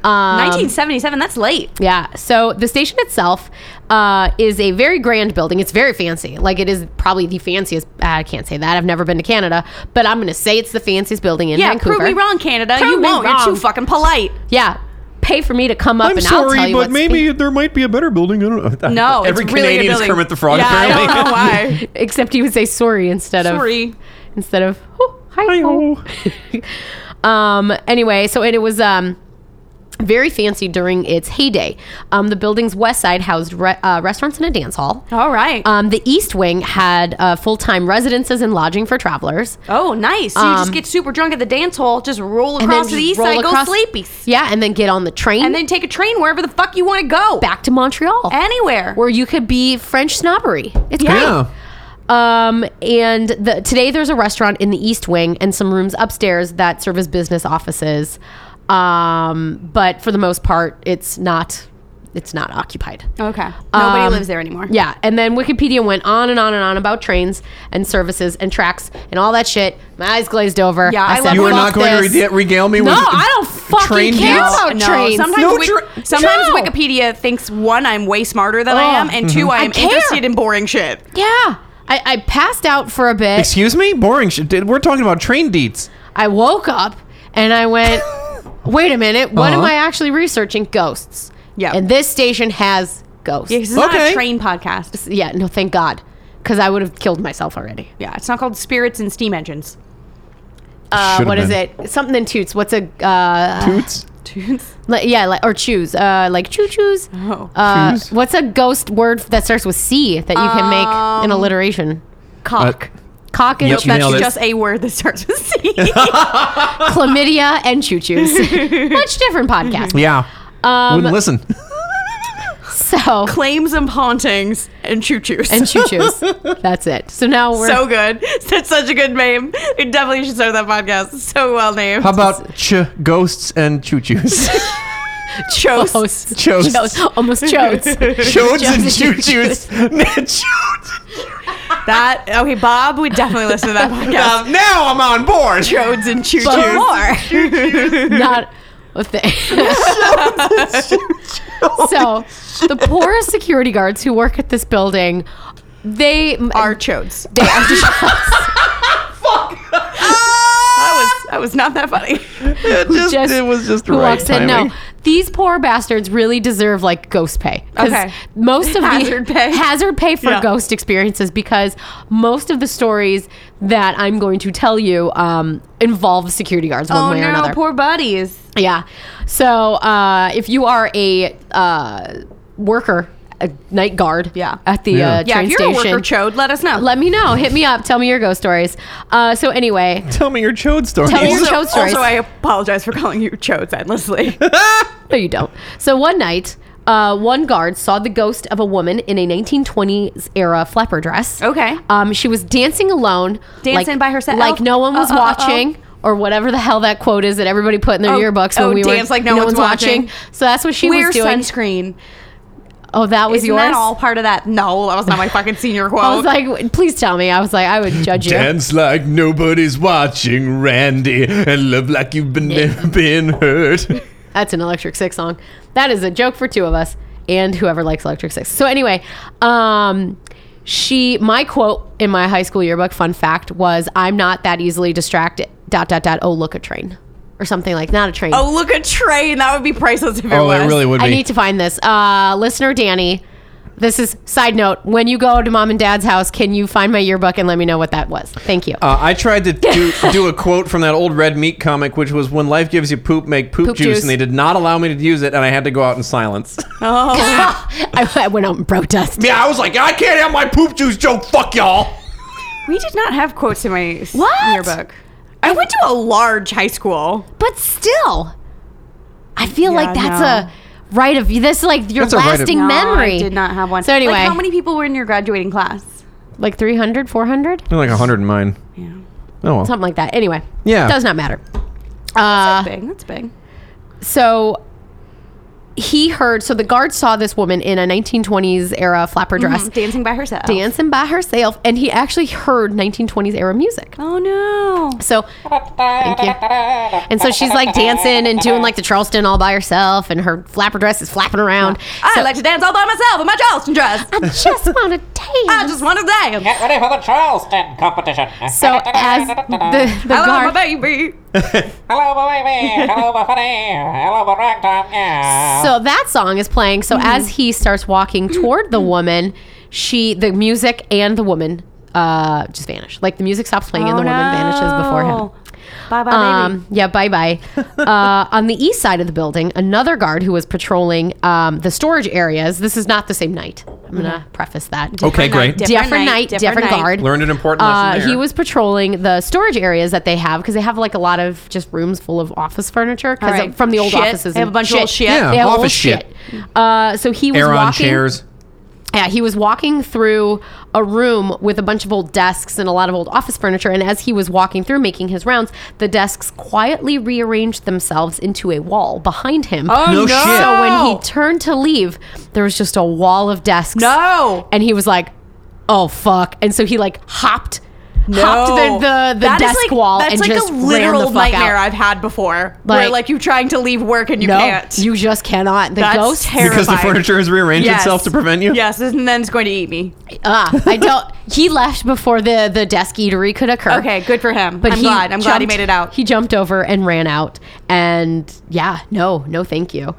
Speaker 2: Um,
Speaker 4: 1977. That's late.
Speaker 2: Yeah. So the station itself uh, is a very grand building. It's very fancy. Like it is probably the fanciest. I can't say that. I've never been to Canada, but I'm going to say it's the fanciest building in
Speaker 4: Yeah,
Speaker 2: Vancouver.
Speaker 4: prove me wrong, Canada.
Speaker 2: Prove
Speaker 4: you
Speaker 2: me
Speaker 4: won't. You're
Speaker 2: wrong.
Speaker 4: too fucking polite.
Speaker 2: Yeah. Pay for me to come up and I'll tell you what's
Speaker 3: there might be a better building. I don't know.
Speaker 4: No,
Speaker 3: every
Speaker 4: it's really
Speaker 3: Canadian
Speaker 4: good
Speaker 3: is
Speaker 4: building.
Speaker 3: Kermit the Frog.
Speaker 4: Yeah,
Speaker 3: apparently.
Speaker 4: I don't know why.
Speaker 2: Except he would say sorry instead of
Speaker 4: Sorry.
Speaker 2: instead of oh, hi.
Speaker 3: Hi-ho.
Speaker 2: um. Anyway, so it, it was um. Very fancy during its heyday. Um, the building's west side housed re- uh, restaurants and a dance hall.
Speaker 4: All right.
Speaker 2: Um, the East Wing had uh, full time residences and lodging for travelers.
Speaker 4: oh, nice. So you
Speaker 2: um,
Speaker 4: just get super drunk at the dance hall, just roll
Speaker 2: And then
Speaker 4: across to the
Speaker 2: just
Speaker 4: east
Speaker 2: roll
Speaker 4: side, go
Speaker 2: across-
Speaker 4: sleepies,
Speaker 2: Yeah, and then get on the train
Speaker 4: and then take a train wherever the fuck you want to go.
Speaker 2: back to Montreal,
Speaker 4: anywhere.
Speaker 2: where you could be French snobbery. It's great.
Speaker 3: Yeah.
Speaker 2: Um, and the, today there's a restaurant in the East Wing and some rooms upstairs that serve as business offices. Um, but for the most part, it's not it's not occupied.
Speaker 4: okay. Nobody
Speaker 2: Um,
Speaker 4: lives there anymore.
Speaker 2: Yeah, and then Wikipedia went on and on and on about trains and services and tracks and all that shit. My eyes glazed over.
Speaker 4: Yeah, I love
Speaker 3: You are
Speaker 4: Fuck
Speaker 3: not going to
Speaker 2: this.
Speaker 3: rede- regale me
Speaker 2: No,
Speaker 3: with
Speaker 2: I don't fucking
Speaker 3: train
Speaker 2: care
Speaker 3: deals?
Speaker 2: about
Speaker 4: no,
Speaker 2: trains.
Speaker 4: Sometimes,
Speaker 3: No
Speaker 4: Wik-
Speaker 3: tra-
Speaker 4: sometimes
Speaker 2: No.
Speaker 4: Wikipedia thinks one, I'm way smarter than
Speaker 2: Oh,
Speaker 4: I am, and two, Mm-hmm. I am
Speaker 2: care.
Speaker 4: interested in boring shit.
Speaker 2: Yeah, I, I passed out for a bit.
Speaker 3: Excuse me? Boring shit. Dude, We're talking about train deets.
Speaker 2: I woke up and I went, wait a minute, what am
Speaker 3: Uh-huh.
Speaker 2: I actually researching? Ghosts.
Speaker 4: Yeah.
Speaker 2: And this station has ghosts.
Speaker 4: Yeah, 'cause it's not
Speaker 3: Okay.
Speaker 4: a train podcast.
Speaker 2: yeah no, thank God. Because I would have killed myself already.
Speaker 4: Yeah, it's not called Spirits and Steam Engines.
Speaker 2: Uh,
Speaker 3: Should've
Speaker 2: what is
Speaker 3: been.
Speaker 2: it? Something in toots. What's a uh,
Speaker 3: Toots.
Speaker 2: li- yeah, like, or choose uh, like choo choos.
Speaker 4: Oh.
Speaker 2: Uh,
Speaker 3: Choos?
Speaker 2: what's a ghost word that starts with C that you can make an
Speaker 4: Um,
Speaker 2: alliteration?
Speaker 4: Cock.
Speaker 3: Uh,
Speaker 2: Cock and
Speaker 3: Yep, you
Speaker 2: that's
Speaker 3: nailed it.
Speaker 4: Just a word that starts with C.
Speaker 2: chlamydia and choo choos. Much different podcast.
Speaker 3: Yeah.
Speaker 2: Um,
Speaker 3: Wouldn't listen.
Speaker 2: So
Speaker 4: Claims and hauntings and choo choos.
Speaker 2: and choo choos. That's it. So now we're
Speaker 4: so good. That's such a good name. We definitely should start that podcast. It's so well named.
Speaker 3: How about ch ghosts and choo choos?
Speaker 4: Chose.
Speaker 2: Chose.
Speaker 3: Chose.
Speaker 2: Almost chose.
Speaker 3: Chodes and
Speaker 2: Chodes
Speaker 3: choo
Speaker 2: and
Speaker 3: choos.
Speaker 4: That okay, Bob would definitely listen to that podcast.
Speaker 3: Um, Now I'm on board.
Speaker 4: Chodes and choo
Speaker 2: But-
Speaker 4: choos.
Speaker 2: Not a thing. so, the poor security guards who work at this building, they
Speaker 4: Are chodes.
Speaker 2: They are
Speaker 4: That was that was not that funny.
Speaker 3: It, just, it was just the
Speaker 2: who
Speaker 3: right
Speaker 2: walks in.
Speaker 3: timing.
Speaker 2: No, these poor bastards really deserve like ghost pay. 'Cause
Speaker 4: Okay.
Speaker 2: most of
Speaker 4: Hazard
Speaker 2: the
Speaker 4: pay.
Speaker 2: hazard pay for
Speaker 4: Yeah.
Speaker 2: ghost experiences because most of the stories that I'm going to tell you um, involve security guards one
Speaker 4: Oh
Speaker 2: way or
Speaker 4: no,
Speaker 2: another.
Speaker 4: poor buddies.
Speaker 2: Yeah. So uh, if you are a uh, worker, a night guard
Speaker 4: Yeah.
Speaker 2: at the
Speaker 3: Yeah.
Speaker 2: Uh,
Speaker 4: Yeah,
Speaker 2: train
Speaker 4: if you're
Speaker 2: station,
Speaker 4: a worker chode, let us know.
Speaker 2: let me know. Hit me up. Tell me your ghost stories. Uh, so anyway,
Speaker 3: Tell me your chode story.
Speaker 2: Tell me your-
Speaker 4: also,
Speaker 2: chode stories.
Speaker 4: also, I apologize for calling you chodes endlessly.
Speaker 2: no, you don't. So one night, Uh, one guard saw the ghost of a woman in a 1920s era flapper dress.
Speaker 4: Okay.
Speaker 2: Um, she was dancing alone,
Speaker 4: Dancing
Speaker 2: like-
Speaker 4: by herself. Uh,
Speaker 2: like no one was
Speaker 4: Uh-uh-uh-uh.
Speaker 2: watching. Or whatever the hell that quote is that everybody put in their
Speaker 4: Oh,
Speaker 2: yearbooks when
Speaker 4: oh,
Speaker 2: we
Speaker 4: dance
Speaker 2: were
Speaker 4: like no one's watching.
Speaker 2: So that's what she
Speaker 4: Wear
Speaker 2: was doing.
Speaker 4: sunscreen.
Speaker 2: Oh, that was
Speaker 4: Isn't
Speaker 2: yours.
Speaker 4: that all part of that? Oh, No, that was not my fucking senior quote.
Speaker 2: I was like, please tell me. I was like, I would judge you.
Speaker 3: Dance like nobody's watching, Randy, and love like you've been never been hurt.
Speaker 2: That's an Electric Six song. That is a joke for two of us and whoever likes Electric Six. So anyway, um, she my quote in my high school yearbook fun fact was I'm not that easily distracted. Dot dot dot. Oh look a train or something like not a train.
Speaker 4: oh, look a train. That would be priceless if it
Speaker 3: Oh,
Speaker 4: was.
Speaker 3: it really would be.
Speaker 2: I need to find this. Uh, listener Danny, this is side note. When you go to mom and dad's house, can you find my yearbook and let me know what that was? Thank you.
Speaker 3: Uh, I tried to do, do a quote from that old red meat comic, which was "When life gives you poop, make poop,
Speaker 2: Poop
Speaker 3: juice,"
Speaker 2: juice.
Speaker 3: and they did not allow me to use it, and I had to go out in silence.
Speaker 4: Oh,
Speaker 2: I, I went out in protest.
Speaker 3: yeah, I was like, I can't have my poop juice joke. Fuck y'all.
Speaker 4: we did not have quotes in my s-
Speaker 2: What?
Speaker 4: yearbook. I went to a large high school.
Speaker 2: But still, I feel
Speaker 4: Yeah,
Speaker 2: like that's
Speaker 4: no.
Speaker 2: a right of That's like your
Speaker 3: That's a right of-
Speaker 2: lasting
Speaker 3: No,
Speaker 2: memory.
Speaker 4: I did not have one.
Speaker 2: So anyway,
Speaker 4: like, how many people were in your graduating class?
Speaker 2: Like 300, 400?
Speaker 3: I'm like hundred in mine.
Speaker 4: Yeah,
Speaker 3: Oh well.
Speaker 2: Something like that. Anyway,
Speaker 3: Yeah.
Speaker 2: does not matter. Uh,
Speaker 4: big. That's big.
Speaker 2: so he heard. So the guard saw this woman in a 1920s era flapper
Speaker 4: Mm-hmm.
Speaker 2: dress
Speaker 4: Dancing by herself.
Speaker 2: dancing by herself, and he actually heard 1920s era music.
Speaker 4: Oh no.
Speaker 2: So thank you. And so she's like dancing and doing like the Charleston all by herself, and her flapper dress is flapping around.
Speaker 4: I like to dance all by myself in my Charleston dress.
Speaker 2: I just want to dance.
Speaker 4: I just want to dance.
Speaker 5: Get ready for the Charleston competition.
Speaker 2: So as the, the
Speaker 4: Hello, my
Speaker 2: guard,
Speaker 4: baby.
Speaker 5: Hello, my baby. Hello, my funny. Hello, my ragtime. Yeah.
Speaker 2: so that song is playing. So as he starts walking toward the woman, she the music and the woman uh, just vanish. Like the music stops playing and the woman vanishes before him.
Speaker 4: Bye bye, Oh, baby.
Speaker 2: Um, yeah, bye bye. uh, on the east side of the building, another guard who was patrolling um, the storage areas. This is not the same night. I'm gonna preface that.
Speaker 3: Okay, great.
Speaker 4: different
Speaker 2: Different,
Speaker 4: night,
Speaker 2: night,
Speaker 4: Mm-hmm. different
Speaker 2: different,
Speaker 4: night.
Speaker 2: guard.
Speaker 3: Learned an important
Speaker 2: Uh,
Speaker 3: lesson. there.
Speaker 2: he was patrolling the storage areas that they have because they have like a lot of just rooms full of office furniture because
Speaker 4: All right.
Speaker 2: from the old
Speaker 4: Shit.
Speaker 2: offices.
Speaker 4: They have
Speaker 2: and
Speaker 4: a bunch of old shit.
Speaker 3: Yeah,
Speaker 2: They have
Speaker 3: office
Speaker 2: old shit. Uh, so he was
Speaker 3: air on
Speaker 2: walking.
Speaker 3: chairs.
Speaker 2: Yeah, he was walking through a room with a bunch of old desks and a lot of old office furniture. And as he was walking through, making his rounds, the desks quietly rearranged themselves into a wall behind him.
Speaker 4: Oh
Speaker 3: No
Speaker 4: no.
Speaker 3: shit.
Speaker 2: So when he turned to leave, there was just a wall of desks.
Speaker 4: No.
Speaker 2: And he was like, "Oh fuck!" And so he like hopped, hopped the the, the
Speaker 4: That is
Speaker 2: desk
Speaker 4: like,
Speaker 2: wall
Speaker 4: That's
Speaker 2: and
Speaker 4: like
Speaker 2: just
Speaker 4: a literal
Speaker 2: ran the fuck
Speaker 4: nightmare
Speaker 2: Out.
Speaker 4: I've had before. where
Speaker 2: Like-
Speaker 4: like you're trying to leave work and you
Speaker 2: no,
Speaker 4: can't.
Speaker 2: you just cannot. The
Speaker 4: That's
Speaker 2: ghost.
Speaker 4: terrible.
Speaker 3: Because the
Speaker 4: terrified.
Speaker 3: furniture has rearranged itself to prevent you.
Speaker 4: Yes, and then it's going to eat me.
Speaker 2: Ah, I don't. He left before the the desk eatery could occur.
Speaker 4: Okay, good for him. I'm
Speaker 2: he
Speaker 4: glad. I'm glad he
Speaker 2: jumped-
Speaker 4: made it out.
Speaker 2: He jumped over and ran out. And yeah, no, no, thank you.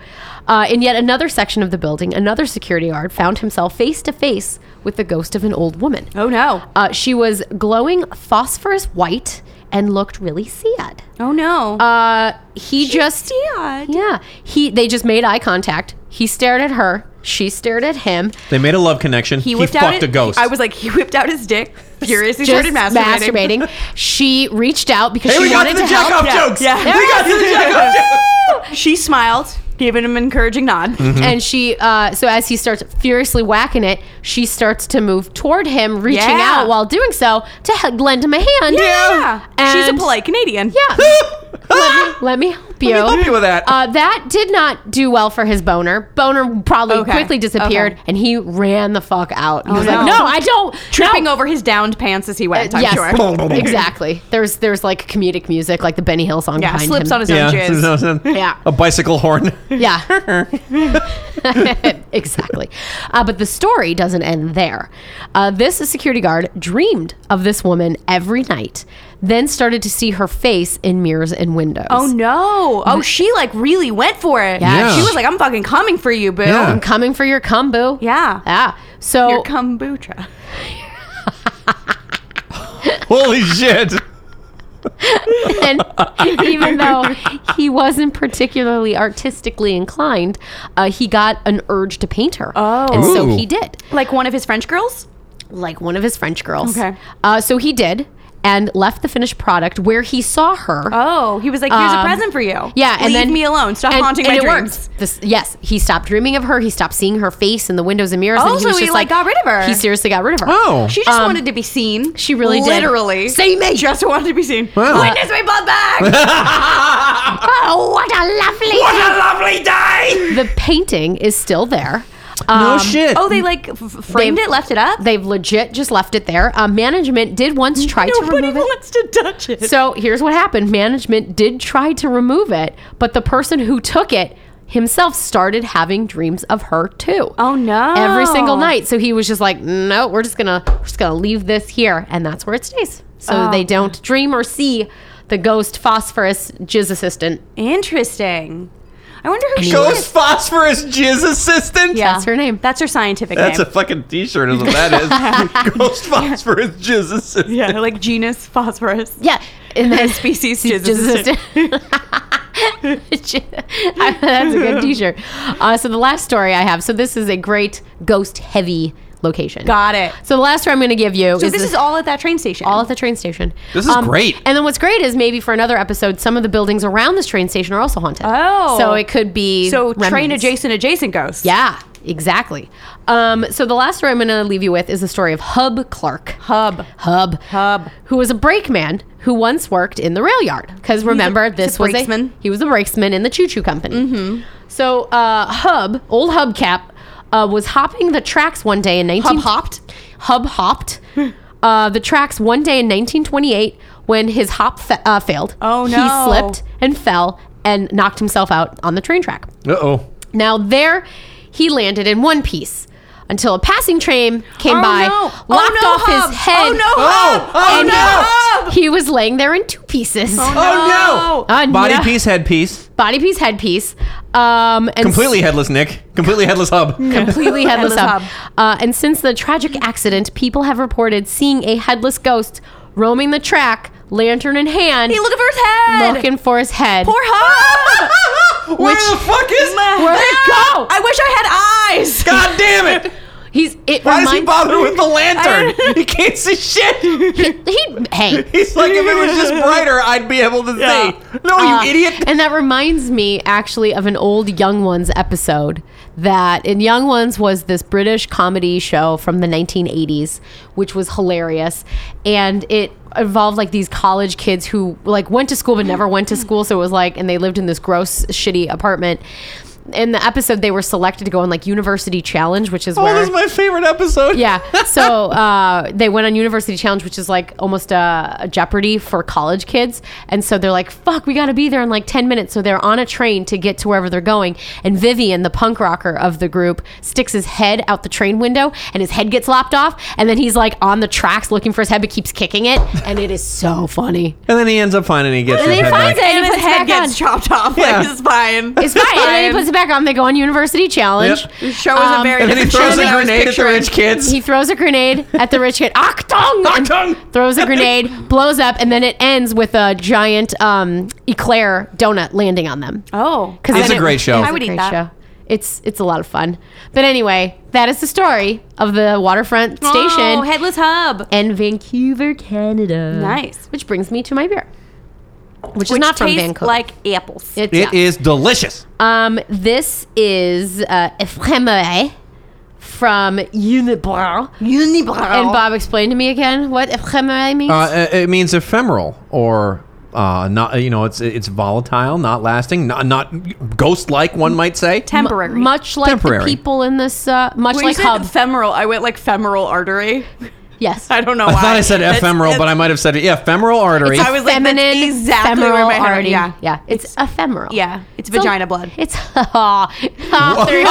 Speaker 2: Uh, in yet another section of the building, another security guard found himself face to face with the ghost of an old woman.
Speaker 4: oh no.
Speaker 2: Uh, she was glowing phosphorus white and looked really sad.
Speaker 4: oh no.
Speaker 2: Uh, he just
Speaker 4: sad.
Speaker 2: yeah he they just made eye contact. He stared at her. She stared at him.
Speaker 3: They made a love connection. He,
Speaker 4: whipped out
Speaker 3: fucked a
Speaker 4: it-
Speaker 3: ghost.
Speaker 4: I was like, he whipped out his dick, furiously
Speaker 2: Just
Speaker 4: started masturbating.
Speaker 2: She reached out because
Speaker 3: Hey,
Speaker 2: she
Speaker 3: we got to
Speaker 2: wanted
Speaker 3: the
Speaker 2: to
Speaker 3: jack
Speaker 2: help.
Speaker 3: off jokes.
Speaker 4: Yeah.
Speaker 3: We got to the jack off jokes. Mm-hmm.
Speaker 4: She smiled, giving him an encouraging nod.
Speaker 2: and she uh, so as he starts furiously whacking it she starts to move toward him reaching
Speaker 4: Yeah.
Speaker 2: out while doing so to h- lend him a hand
Speaker 4: Yeah.
Speaker 2: and
Speaker 4: She's a polite Canadian.
Speaker 2: yeah let, me, let me help you
Speaker 3: help you with that.
Speaker 2: uh, that did not do well for his boner boner probably
Speaker 4: Okay.
Speaker 2: quickly disappeared
Speaker 4: Okay.
Speaker 2: and he ran the fuck out he was
Speaker 4: no.
Speaker 2: like no i don't
Speaker 4: Tripping
Speaker 2: no.
Speaker 4: over his downed pants as he went, I'm
Speaker 2: yes,
Speaker 4: sure.
Speaker 2: exactly. There's there's like comedic music, like the Benny Hill song
Speaker 4: Yeah,
Speaker 2: behind
Speaker 4: slips
Speaker 2: him.
Speaker 4: on his
Speaker 3: yeah.
Speaker 4: own jizz.
Speaker 2: Yeah.
Speaker 3: A bicycle horn.
Speaker 2: Yeah. exactly. Uh, but the story doesn't end there. Uh, this security guard dreamed of this woman every night, then started to see her face in mirrors and windows.
Speaker 4: Oh no. Oh, she like really went for it.
Speaker 2: Yeah.
Speaker 4: She was like, I'm fucking coming for you, boo.
Speaker 3: Yeah.
Speaker 2: I'm coming for your cum, boo.
Speaker 4: Yeah.
Speaker 2: Yeah. Ah, So
Speaker 4: Your kombucha.
Speaker 3: Holy shit.
Speaker 2: and even though he wasn't particularly artistically inclined, uh, he got an urge to paint her.
Speaker 4: Oh.
Speaker 2: And so
Speaker 3: Ooh.
Speaker 2: he did.
Speaker 4: Like one of his French girls?
Speaker 2: like one of his French girls.
Speaker 4: Okay.
Speaker 2: Uh, so he did. and left the finished product where he saw her.
Speaker 4: Oh, he was like, "Here's a
Speaker 2: Um,
Speaker 4: present for you."
Speaker 2: Yeah, and
Speaker 4: leave
Speaker 2: then,
Speaker 4: me alone. Stop
Speaker 2: and-
Speaker 4: haunting
Speaker 2: and
Speaker 4: my
Speaker 2: it
Speaker 4: dreams.
Speaker 2: worked. This- yes, he stopped dreaming of her. He stopped seeing her face in the windows and mirrors. and
Speaker 4: Oh,
Speaker 2: he
Speaker 4: so
Speaker 2: was
Speaker 4: he,
Speaker 2: just
Speaker 4: like, got rid of her.
Speaker 2: He seriously got rid of her.
Speaker 3: Oh.
Speaker 4: She just wanted to be seen.
Speaker 2: she really did.
Speaker 4: literally
Speaker 2: Say me.
Speaker 4: Just wanted to be seen.
Speaker 3: Wow.
Speaker 4: When is my blood bag?
Speaker 2: oh, what a lovely!
Speaker 3: What a lovely day!
Speaker 2: the painting is still there.
Speaker 3: No
Speaker 2: Um,
Speaker 3: shit.
Speaker 4: oh, they like f- framed
Speaker 2: They-
Speaker 4: it, left it up.
Speaker 2: They've legit just left it there. Um, management did once try to
Speaker 4: Nobody
Speaker 2: remove it.
Speaker 4: wants to touch it.
Speaker 2: So here's what happened management did try to remove it, but the person who took it himself started having dreams of her too.
Speaker 4: Oh, no.
Speaker 2: Every single night. So he was just like, "No, we're just going to we're just going to leave this here." And that's where it stays. So
Speaker 4: Oh.
Speaker 2: they don't dream or see the ghost phosphorus jizz assistant.
Speaker 4: Interesting. I wonder who she
Speaker 3: Ghost
Speaker 4: is.
Speaker 3: Phosphorus Jizz Assistant?
Speaker 4: Yeah.
Speaker 2: That's her name.
Speaker 4: That's her scientific
Speaker 3: That's a
Speaker 4: name.
Speaker 3: fucking t-shirt is what that is. Ghost Phosphorus Jizz Assistant.
Speaker 4: yeah, like genus phosphorus.
Speaker 2: Yeah. And then
Speaker 4: Species jizz
Speaker 2: assistant. That's a good t-shirt. Uh, so the last story I have. So this is a great ghost-heavy location.
Speaker 4: Got it.
Speaker 2: So the last story I'm going to give you
Speaker 4: So
Speaker 2: is
Speaker 4: this is all at that train station.
Speaker 2: all at the train station. Um,
Speaker 3: This is great.
Speaker 2: And then what's great is maybe for another episode, some of the buildings around this train station are also haunted.
Speaker 4: Oh.
Speaker 2: so it could be
Speaker 4: so train
Speaker 2: remnants.
Speaker 4: adjacent adjacent ghosts.
Speaker 2: Yeah, exactly. Um, so the last story I'm going to leave you with is the story of Hub Clark.
Speaker 4: Hub.
Speaker 2: Hub.
Speaker 4: Hub.
Speaker 2: Who was a brakeman who once worked in the rail yard. Because remember,
Speaker 4: he's a
Speaker 2: this was
Speaker 4: brakesman. Mm-hmm.
Speaker 2: a he was a brakesman in the choo choo company. So uh, Hub, old Hubcap, uh, was hopping the tracks one day in 19
Speaker 4: Hub hopped?
Speaker 2: Hub hopped uh, the tracks one day in 1928 when his hop fa- uh, failed.
Speaker 4: Oh, no.
Speaker 2: He slipped and fell and knocked himself out on the train track.
Speaker 3: Uh-oh.
Speaker 2: Now there, he landed in one piece until a passing train came
Speaker 4: Oh,
Speaker 2: by,
Speaker 4: no.
Speaker 2: lopped
Speaker 4: Oh, no,
Speaker 2: off
Speaker 4: Hub.
Speaker 2: his head.
Speaker 4: Oh, no,
Speaker 3: Oh! Oh,
Speaker 2: and
Speaker 3: no!
Speaker 4: Hub.
Speaker 2: He was laying there in two pieces.
Speaker 3: Oh, no!
Speaker 2: Uh,
Speaker 3: Body
Speaker 2: yeah.
Speaker 3: piece, head piece.
Speaker 2: Body piece, head piece. Um, and
Speaker 3: Completely headless, Nick. Completely headless hub.
Speaker 2: completely headless,
Speaker 4: Headless
Speaker 2: hub. Uh, and since the tragic accident, people have reported seeing a headless ghost roaming the track, lantern in hand,
Speaker 4: Hey, look over his head.
Speaker 2: looking for his head.
Speaker 4: Poor Hub.
Speaker 3: Where the fuck is
Speaker 4: Where'd it go? I wish I had eyes.
Speaker 3: God damn it!
Speaker 2: He's it
Speaker 3: Why does he
Speaker 2: reminds-
Speaker 3: bother with the lantern? He can't see shit.
Speaker 2: He, hey,
Speaker 3: He's like, if it was just brighter, I'd be able to see. No,
Speaker 2: Uh,
Speaker 3: Oh, you idiot.
Speaker 2: And that reminds me actually of an old Young Ones episode that in Young Ones was this British comedy show from the 1980s, which was hilarious. And it involved like these college kids who like went to school but never went to school. So it was like, and they lived in this gross, shitty apartment. In the episode, they were selected to go on like University Challenge, which is
Speaker 3: Oh,
Speaker 2: where.
Speaker 3: this is my favorite episode.
Speaker 2: Yeah. So uh, they went on University Challenge, which is like almost a, a Jeopardy for college kids. And so they're like, fuck, we got to be there in like 10 minutes. So they're on a train to get to wherever they're going. And Vivian, the punk rocker of the group, sticks his head out the train window and his head gets lopped off. And then he's like on the tracks looking for his head, but keeps kicking it. And it is so funny.
Speaker 3: And then he ends up finding he gets
Speaker 2: And
Speaker 3: his
Speaker 2: then he
Speaker 3: head
Speaker 2: finds
Speaker 3: back.
Speaker 2: it and
Speaker 4: and
Speaker 2: he
Speaker 4: his
Speaker 2: puts
Speaker 4: head
Speaker 2: it back
Speaker 4: gets
Speaker 2: on.
Speaker 4: chopped off.
Speaker 3: Yeah.
Speaker 4: Like his spine.
Speaker 2: It's fine. And then he puts it back on. They go on University Challenge.
Speaker 3: Yep.
Speaker 4: His show is a
Speaker 2: Um,
Speaker 4: very
Speaker 3: And then he
Speaker 4: different
Speaker 3: throws
Speaker 4: show
Speaker 3: a
Speaker 4: than I was
Speaker 3: grenade at the
Speaker 4: picturing.
Speaker 3: rich kids.
Speaker 2: He throws a grenade at the rich kid. Achtung! and
Speaker 3: Achtung!
Speaker 2: Throws a grenade, blows up, and then it ends with a giant um, eclair donut landing on them.
Speaker 4: Oh,
Speaker 3: It's
Speaker 2: then
Speaker 3: a great show.
Speaker 2: it's
Speaker 3: I
Speaker 2: a
Speaker 4: would eat
Speaker 2: great
Speaker 4: that.
Speaker 2: It's it's a lot of fun. But anyway, that is the story of the waterfront
Speaker 4: Oh,
Speaker 2: station
Speaker 4: headless hub.
Speaker 2: and Vancouver, Canada.
Speaker 4: Nice.
Speaker 2: Which brings me to my beer, which, is
Speaker 4: Which
Speaker 2: not from
Speaker 4: tastes
Speaker 2: Vancouver.
Speaker 4: like apples.
Speaker 2: it's,
Speaker 3: It
Speaker 2: yeah.
Speaker 3: is delicious.
Speaker 2: Um, this is uh, Ephremere from Unibrow. And Bob, explain to me again what ephemerai means.
Speaker 3: Uh, it it means ephemeral or uh, not. You know, it's it's volatile, not lasting, not, not ghost-like. One
Speaker 2: Mm.
Speaker 3: might say.
Speaker 4: temporary.
Speaker 2: much like
Speaker 3: temporary.
Speaker 2: the people in this, uh, much
Speaker 4: When you
Speaker 2: like
Speaker 4: said
Speaker 2: Hub.
Speaker 4: femoral, I went like femoral artery.
Speaker 2: yes.
Speaker 4: I don't know.
Speaker 3: I
Speaker 4: why.
Speaker 3: thought I said
Speaker 4: That's-
Speaker 3: ephemeral,
Speaker 4: that's-
Speaker 3: but I might have said it. Yeah, femoral artery.
Speaker 4: I was like, that's exactly where
Speaker 2: femoral
Speaker 4: my head-
Speaker 2: artery.
Speaker 4: yeah.
Speaker 2: yeah. It's, ephemeral.
Speaker 4: Yeah, it's
Speaker 2: So-
Speaker 4: vagina blood.
Speaker 2: It's ha ha through,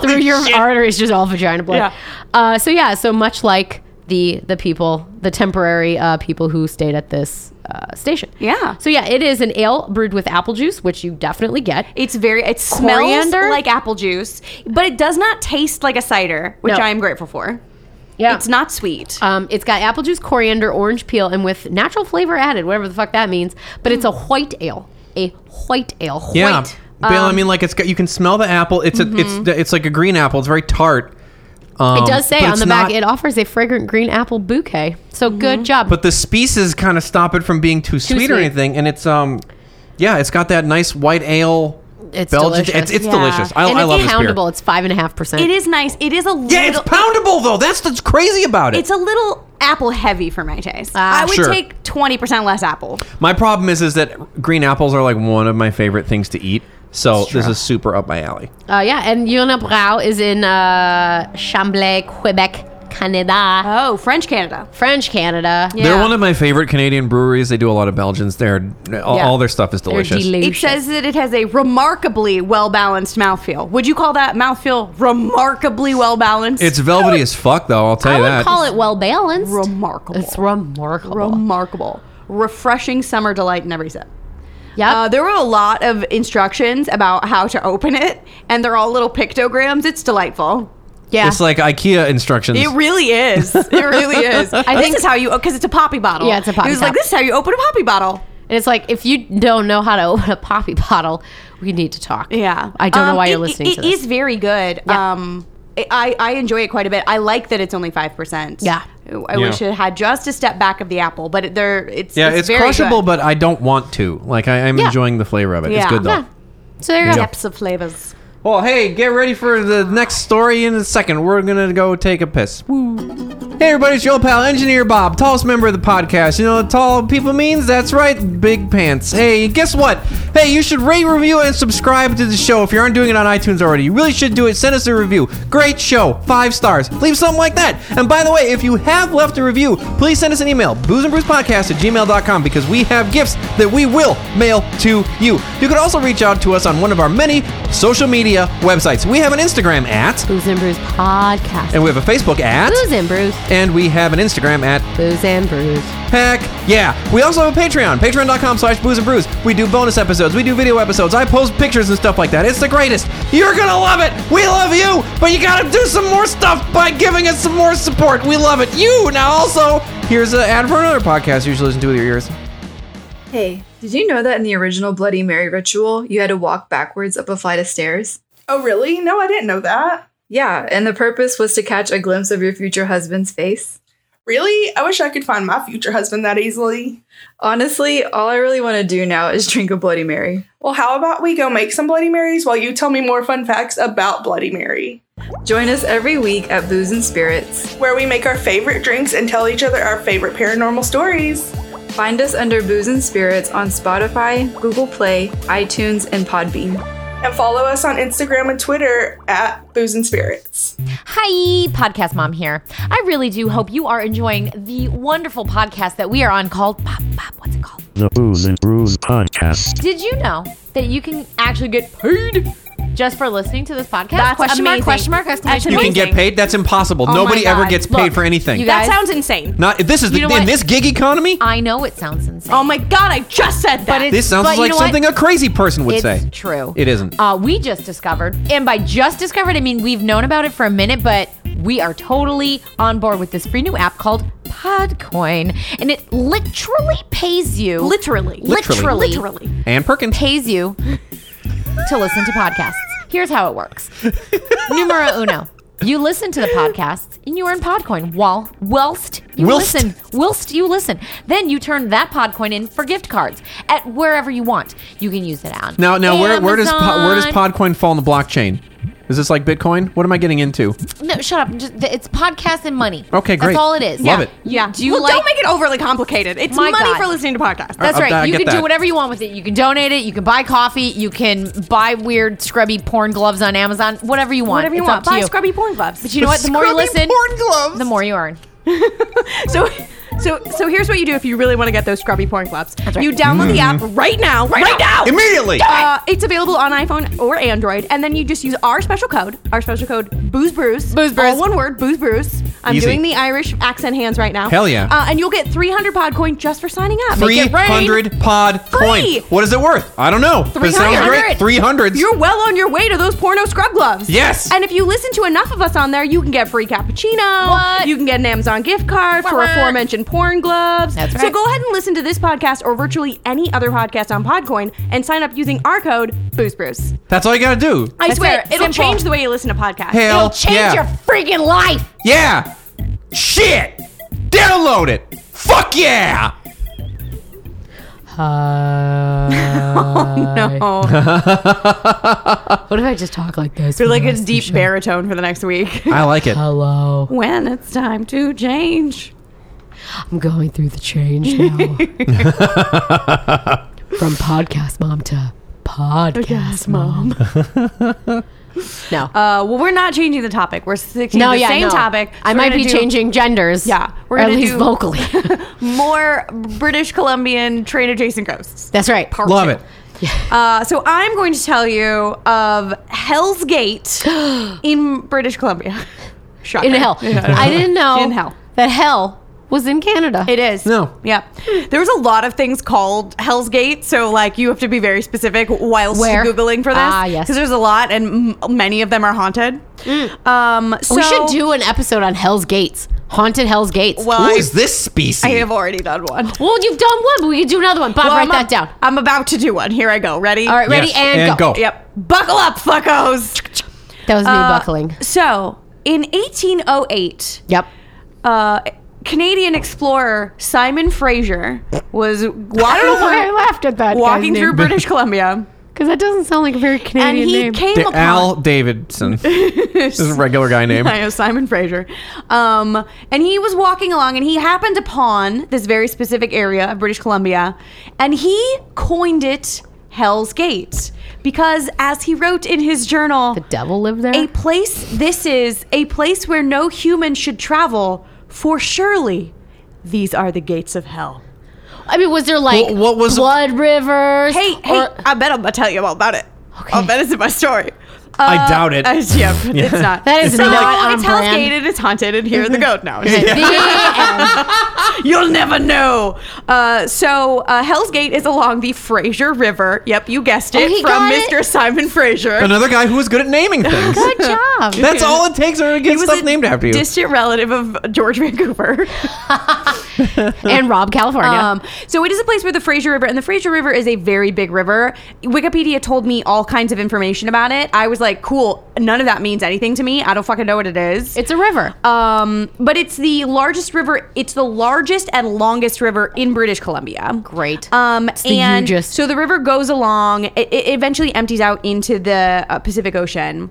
Speaker 2: through your arteries, just all vagina blood.
Speaker 4: Yeah.
Speaker 2: Uh, so yeah, so much like the the people, the temporary uh, people who stayed at this uh, station.
Speaker 4: Yeah.
Speaker 2: So yeah, it is an ale brewed with apple juice, which you definitely get.
Speaker 4: It's very. It smells
Speaker 2: Coriander?
Speaker 4: like apple juice, but it does not taste like a cider, which
Speaker 2: No.
Speaker 4: I am grateful for.
Speaker 2: Yeah.
Speaker 4: It's not sweet.
Speaker 2: Um, it's got apple juice, coriander, orange peel, and with natural flavor added, whatever the fuck that means. But it's a white ale, a white ale. White.
Speaker 3: Mm.
Speaker 2: um,
Speaker 3: yeah, Bill. I mean, like it's got, you can smell the apple. It's a, it's it's like a green apple. It's very tart. Um,
Speaker 2: Mm-hmm. it does say
Speaker 3: but
Speaker 2: on
Speaker 3: it's
Speaker 2: the back
Speaker 3: not- Mm-hmm.
Speaker 2: it offers a fragrant green apple bouquet. So good job.
Speaker 3: but the species kind of stop it from being too, sweet, or
Speaker 2: sweet.
Speaker 3: anything. And it's um, yeah, it's got that nice white ale.
Speaker 2: It's
Speaker 3: Belgian.
Speaker 2: delicious.
Speaker 3: It's, it's
Speaker 4: Yeah.
Speaker 3: delicious. I,
Speaker 2: and
Speaker 3: I
Speaker 2: it's
Speaker 3: love this beer.
Speaker 2: poundable. It's five and a half percent.
Speaker 4: It is nice. It is a little.
Speaker 3: Yeah, it's poundable though. That's what's crazy about it.
Speaker 4: it's a little apple heavy for my taste.
Speaker 2: Ah.
Speaker 4: I would
Speaker 3: Sure.
Speaker 4: take twenty percent less apple.
Speaker 3: my problem is is that green apples are like one of my favorite things to eat. So this
Speaker 4: true.
Speaker 3: is super up my alley.
Speaker 2: Uh, yeah, and Yona Brau is in uh, Chamblay, Quebec, Canada,
Speaker 4: Oh, French Canada.
Speaker 2: French Canada.
Speaker 4: Yeah.
Speaker 3: They're one of my favorite Canadian breweries. They do a lot of Belgians. They're all,
Speaker 2: Yeah.
Speaker 3: all their stuff is
Speaker 2: They're
Speaker 3: delicious.
Speaker 4: It
Speaker 2: delicious.
Speaker 4: says that it has a remarkably well balanced mouthfeel. Would you call that mouthfeel remarkably well balanced?
Speaker 3: It's velvety as fuck though. I'll tell
Speaker 2: I
Speaker 3: you
Speaker 2: would
Speaker 3: that.
Speaker 2: call it well balanced.
Speaker 4: remarkable.
Speaker 2: It's remarkable.
Speaker 4: remarkable. Refreshing summer delight in every sip.
Speaker 2: yep.
Speaker 4: Uh, there were a lot of instructions about how to open it, and they're all little pictograms. It's delightful.
Speaker 2: yeah.
Speaker 3: It's like IKEA instructions.
Speaker 4: It really is. It really is. I think
Speaker 2: think-
Speaker 4: this is how you because it's a poppy bottle.
Speaker 2: Yeah, it's a poppy
Speaker 4: It was like
Speaker 2: top.
Speaker 4: this is how you open a poppy bottle.
Speaker 2: and it's like if you don't know how to open a poppy bottle, we need to talk.
Speaker 4: Yeah,
Speaker 2: I don't know
Speaker 4: Um,
Speaker 2: why
Speaker 4: it-
Speaker 2: you're listening
Speaker 4: it-
Speaker 2: to this.
Speaker 4: It is very good.
Speaker 2: Yeah.
Speaker 4: Um, I- I I enjoy it quite a bit. I like that it's only five percent.
Speaker 2: Yeah.
Speaker 4: I wish
Speaker 3: Yeah.
Speaker 4: it had just a step back of the apple, but it, there it's
Speaker 3: yeah, it's,
Speaker 4: very
Speaker 3: crushable,
Speaker 4: good.
Speaker 3: but I don't want to. Like I, I'm
Speaker 2: Yeah.
Speaker 3: enjoying the flavor of it. It's
Speaker 4: Yeah.
Speaker 3: good though.
Speaker 2: yeah. So there you go.
Speaker 4: depths of flavors.
Speaker 3: Well, hey, get ready for the next story in a second. We're gonna go take a piss. Woo. Hey, everybody, it's your old pal, Engineer Bob, tallest member of the podcast. You know what tall people means? That's right, big pants. Hey, guess what? Hey, you should rate, review, and subscribe to the show if you aren't doing it on iTunes already. You really should do it. Send us a review. Great show, five stars. Leave something like that. And by the way, if you have left a review, please send us an email, boozeandbrewspodcast at gmail.com, because we have gifts that we will mail to you. You can also reach out to us on one of our many social media websites. We have an Instagram at,
Speaker 2: Booze and Brews podcast.
Speaker 3: and we have a Facebook at,
Speaker 2: Booze and Brews.
Speaker 3: and we have an Instagram at
Speaker 2: Booze and Brews.
Speaker 3: Heck yeah. We also have a Patreon, patreon.com slash booze and brews. We do bonus episodes, we do video episodes, I post pictures and stuff like that. It's the greatest. You're gonna love it. We love you, but you gotta do some more stuff by giving us some more support. We love it. You now also here's an ad for another podcast you should listen to with your ears.
Speaker 6: Hey, did you know that in the original Bloody Mary ritual, you had to walk backwards up a flight of stairs?
Speaker 7: Oh, really? No, I didn't know that.
Speaker 6: Yeah, and the purpose was to catch a glimpse of your future husband's face.
Speaker 7: Really? I wish I could find my future husband that easily.
Speaker 6: Honestly, all I really want to do now is drink a Bloody Mary.
Speaker 7: Well, how about we go make some Bloody Marys while you tell me more fun facts about Bloody Mary?
Speaker 6: Join us every week at Booze and Spirits.
Speaker 7: Where we make our favorite drinks and tell each other our favorite paranormal stories.
Speaker 6: Find us under Booze and Spirits on Spotify, Google Play, iTunes, and Podbean.
Speaker 7: And follow us on Instagram and Twitter at Booze and Spirits.
Speaker 8: Hi, Podcast Mom here. I really do hope you are enjoying the wonderful podcast that we are on called Pop Pop. What's it called?
Speaker 9: The Booze and Brews Podcast.
Speaker 8: Did you know that you can actually get paid just for listening to this podcast?
Speaker 4: That's
Speaker 8: question
Speaker 4: amazing.
Speaker 8: mark, question mark, exclamation
Speaker 4: You
Speaker 3: You
Speaker 8: point.
Speaker 3: can get paid? That's impossible. Nobody
Speaker 4: my
Speaker 3: ever
Speaker 4: God.
Speaker 3: gets paid
Speaker 8: Oh Look,
Speaker 3: for anything.
Speaker 8: you
Speaker 4: That
Speaker 8: Guys.
Speaker 4: sounds insane.
Speaker 3: Not this is the,
Speaker 8: You
Speaker 3: in
Speaker 8: know what? Uh,
Speaker 3: this gig economy.
Speaker 8: I know it sounds insane.
Speaker 4: Oh my god, I just said that.
Speaker 8: But it's-
Speaker 3: this sounds
Speaker 8: but you
Speaker 3: like
Speaker 8: know what?
Speaker 3: something a crazy person would
Speaker 8: it's
Speaker 3: say.
Speaker 8: true.
Speaker 3: It isn't.
Speaker 8: Uh, we just discovered, and by just discovered, I mean we've known about it for a minute, but we are totally on board with this free new app called Podcoin, and it literally pays you.
Speaker 4: literally,
Speaker 8: Literally.
Speaker 4: literally.
Speaker 3: Ann Perkins.
Speaker 8: pays you to listen to podcasts. Here's how it works. Numero uno. You listen to the podcasts and you earn Podcoin while whilst you
Speaker 3: Whilst.
Speaker 8: listen. Whilst you listen. Then you turn that Podcoin in for gift cards at wherever you want. You can use it on.
Speaker 3: Now, now, where, where does po- where does
Speaker 8: Amazon.
Speaker 3: Podcoin fall in the blockchain? Is this like Bitcoin? What am I getting into?
Speaker 8: No, shut up. Just, it's podcast and money.
Speaker 3: Okay, great.
Speaker 8: That's all it is.
Speaker 3: Love it.
Speaker 4: Yeah.
Speaker 8: Do you
Speaker 4: well,
Speaker 8: like-
Speaker 4: don't make it overly complicated. It's
Speaker 8: My
Speaker 4: money
Speaker 8: God.
Speaker 4: for listening to podcasts.
Speaker 8: That's
Speaker 3: I-
Speaker 8: right.
Speaker 3: Uh, I
Speaker 8: you
Speaker 3: get
Speaker 8: can
Speaker 3: that.
Speaker 8: do whatever you want with it. You can donate it. You can buy coffee. You can buy weird scrubby porn gloves on Amazon. Whatever you want.
Speaker 4: Whatever you
Speaker 8: It's
Speaker 4: want.
Speaker 8: Up to
Speaker 4: Buy
Speaker 8: you.
Speaker 4: scrubby porn gloves.
Speaker 8: But you know what? The more you listen, the more you earn.
Speaker 4: So, so, so here's what you do if you really want to get those scrubby porn clubs. You download the app
Speaker 3: Mm-hmm.
Speaker 4: right now, right, now,
Speaker 3: Immediately.
Speaker 4: Uh, it's available on iPhone or Android, and then you just use our special code, our special code, booze brews,
Speaker 8: Booze Brews.
Speaker 4: all one word, booze brews, I'm
Speaker 3: Easy.
Speaker 4: doing the Irish accent hands right now.
Speaker 3: Hell yeah.
Speaker 4: Uh, and you'll get 300 Podcoin just for signing up. Make it rain.
Speaker 3: 300 pod
Speaker 4: Free.
Speaker 3: coin. What is it worth? I don't know. But it sounds
Speaker 4: 300.
Speaker 3: great. 300.
Speaker 4: You're well on your way to those porno scrub gloves.
Speaker 3: Yes.
Speaker 4: And if you listen to enough of us on there, you can get free cappuccino.
Speaker 8: What?
Speaker 4: You can get an Amazon gift card for
Speaker 8: What?
Speaker 4: aforementioned porn gloves.
Speaker 8: That's
Speaker 4: So
Speaker 8: right.
Speaker 4: go ahead and listen to this podcast or virtually any other podcast on Podcoin and sign up using our code Boost Bruce.
Speaker 3: That's all you got to do.
Speaker 4: I
Speaker 8: That's
Speaker 4: swear,
Speaker 8: right.
Speaker 4: it'll
Speaker 8: Simple.
Speaker 4: change the way you listen to podcasts.
Speaker 3: Hell
Speaker 8: It'll change
Speaker 3: yeah.
Speaker 8: your freaking life.
Speaker 3: Yeah. Shit. Download it. Fuck yeah.
Speaker 4: no.
Speaker 2: What if I just talk like this?
Speaker 4: You're like a deep baritone for the next week.
Speaker 3: I like it.
Speaker 2: Hello,
Speaker 4: when it's time to change.
Speaker 2: I'm going through the change now. From podcast mom to podcast mom. no.
Speaker 4: Uh, well, we're not changing the topic. We're sticking
Speaker 2: no,
Speaker 4: to the
Speaker 2: yeah,
Speaker 4: same
Speaker 2: no.
Speaker 4: topic. So
Speaker 2: I
Speaker 4: we're
Speaker 2: might be
Speaker 4: gonna do
Speaker 2: changing genders.
Speaker 4: Yeah, we're
Speaker 2: or at
Speaker 4: gonna
Speaker 2: least
Speaker 4: do-
Speaker 2: vocally.
Speaker 4: more British Columbian train adjacent ghosts.
Speaker 2: That's right.
Speaker 3: Love it.
Speaker 4: Uh, so I'm going to tell you of Hell's Gate in British Columbia. Shocker.
Speaker 2: In hell. I didn't know
Speaker 4: In hell.
Speaker 2: that hell was in Canada.
Speaker 4: It is.
Speaker 3: No.
Speaker 4: Yeah. There's a lot of things called Hell's Gate, so like you have to be very specific whilst
Speaker 2: Where?
Speaker 4: googling for this.
Speaker 2: Ah, yes. Mm.
Speaker 4: Because there's a lot, and m- many of them are haunted. Um, so
Speaker 2: we should do an episode on Hell's Gates, haunted Hell's Gates.
Speaker 4: Well,
Speaker 3: Who
Speaker 4: I,
Speaker 3: is this species?
Speaker 4: I have already done one.
Speaker 2: Well, you've done one, but we could do another one. Bob,
Speaker 4: Well,
Speaker 2: write
Speaker 4: I'm
Speaker 2: that
Speaker 4: a-
Speaker 2: down.
Speaker 4: I'm about to do one. Here I go. Ready?
Speaker 2: All right, ready
Speaker 3: Yes,
Speaker 2: and,
Speaker 3: and
Speaker 2: go.
Speaker 3: go.
Speaker 4: Yep. Buckle up, fuckos.
Speaker 2: That was me
Speaker 4: Uh,
Speaker 2: buckling.
Speaker 4: So, in 1808,
Speaker 2: Yep.
Speaker 4: uh, Canadian explorer Simon Fraser was walking
Speaker 2: I don't know
Speaker 4: through,
Speaker 2: why I laughed at that.
Speaker 4: walking through British Columbia,
Speaker 2: because that doesn't sound like a very
Speaker 4: and
Speaker 2: Canadian
Speaker 4: he
Speaker 2: name.
Speaker 4: came
Speaker 3: Da-
Speaker 4: upon
Speaker 3: Al Davidson. this is a regular guy name.
Speaker 4: I know Simon Fraser. Um, and he was walking along and he happened upon this very specific area of British Columbia and he coined it Hell's Gate because as he wrote in his journal,
Speaker 2: the devil lived there.
Speaker 4: a place this is a place where no human should travel for surely these are the gates of hell.
Speaker 2: I mean, was there like
Speaker 3: Wh- what was-
Speaker 2: blood rivers?
Speaker 4: Hey, hey,
Speaker 2: or-
Speaker 4: I bet I'm gonna tell you all about it. I'll
Speaker 2: Okay.
Speaker 4: bet it's in my story.
Speaker 3: I
Speaker 4: Uh,
Speaker 3: doubt it.
Speaker 4: I- yeah, it's not.
Speaker 2: That is
Speaker 4: So,
Speaker 2: not on
Speaker 4: it's Hell's
Speaker 2: brand. Mm-hmm.
Speaker 4: Gate and it's haunted and here are the goat now.
Speaker 2: The end.
Speaker 4: You'll never know. Uh, so uh, Hell's Gate is along the Fraser River. Yep, you guessed it
Speaker 2: Oh, he
Speaker 4: from
Speaker 2: got it.
Speaker 4: Mr. Simon Fraser.
Speaker 3: Another guy who was good at naming things.
Speaker 2: Good job.
Speaker 3: That's all it takes in order to get stuff named after you.
Speaker 4: distant relative of George Vancouver.
Speaker 2: and Rob, California.
Speaker 4: Um, so it is a place where the Fraser River, and the Fraser River is a very big river. Wikipedia told me all kinds of information about it. I was like, cool, none of that means anything to me. I don't fucking know what it is.
Speaker 2: it's a river.
Speaker 4: um, but it's the largest river. It's the largest and longest river in British Columbia.
Speaker 2: Great.
Speaker 4: Um,
Speaker 2: the
Speaker 4: and
Speaker 2: hugest.
Speaker 4: so the river goes along. It, it eventually empties out into the uh, Pacific Ocean.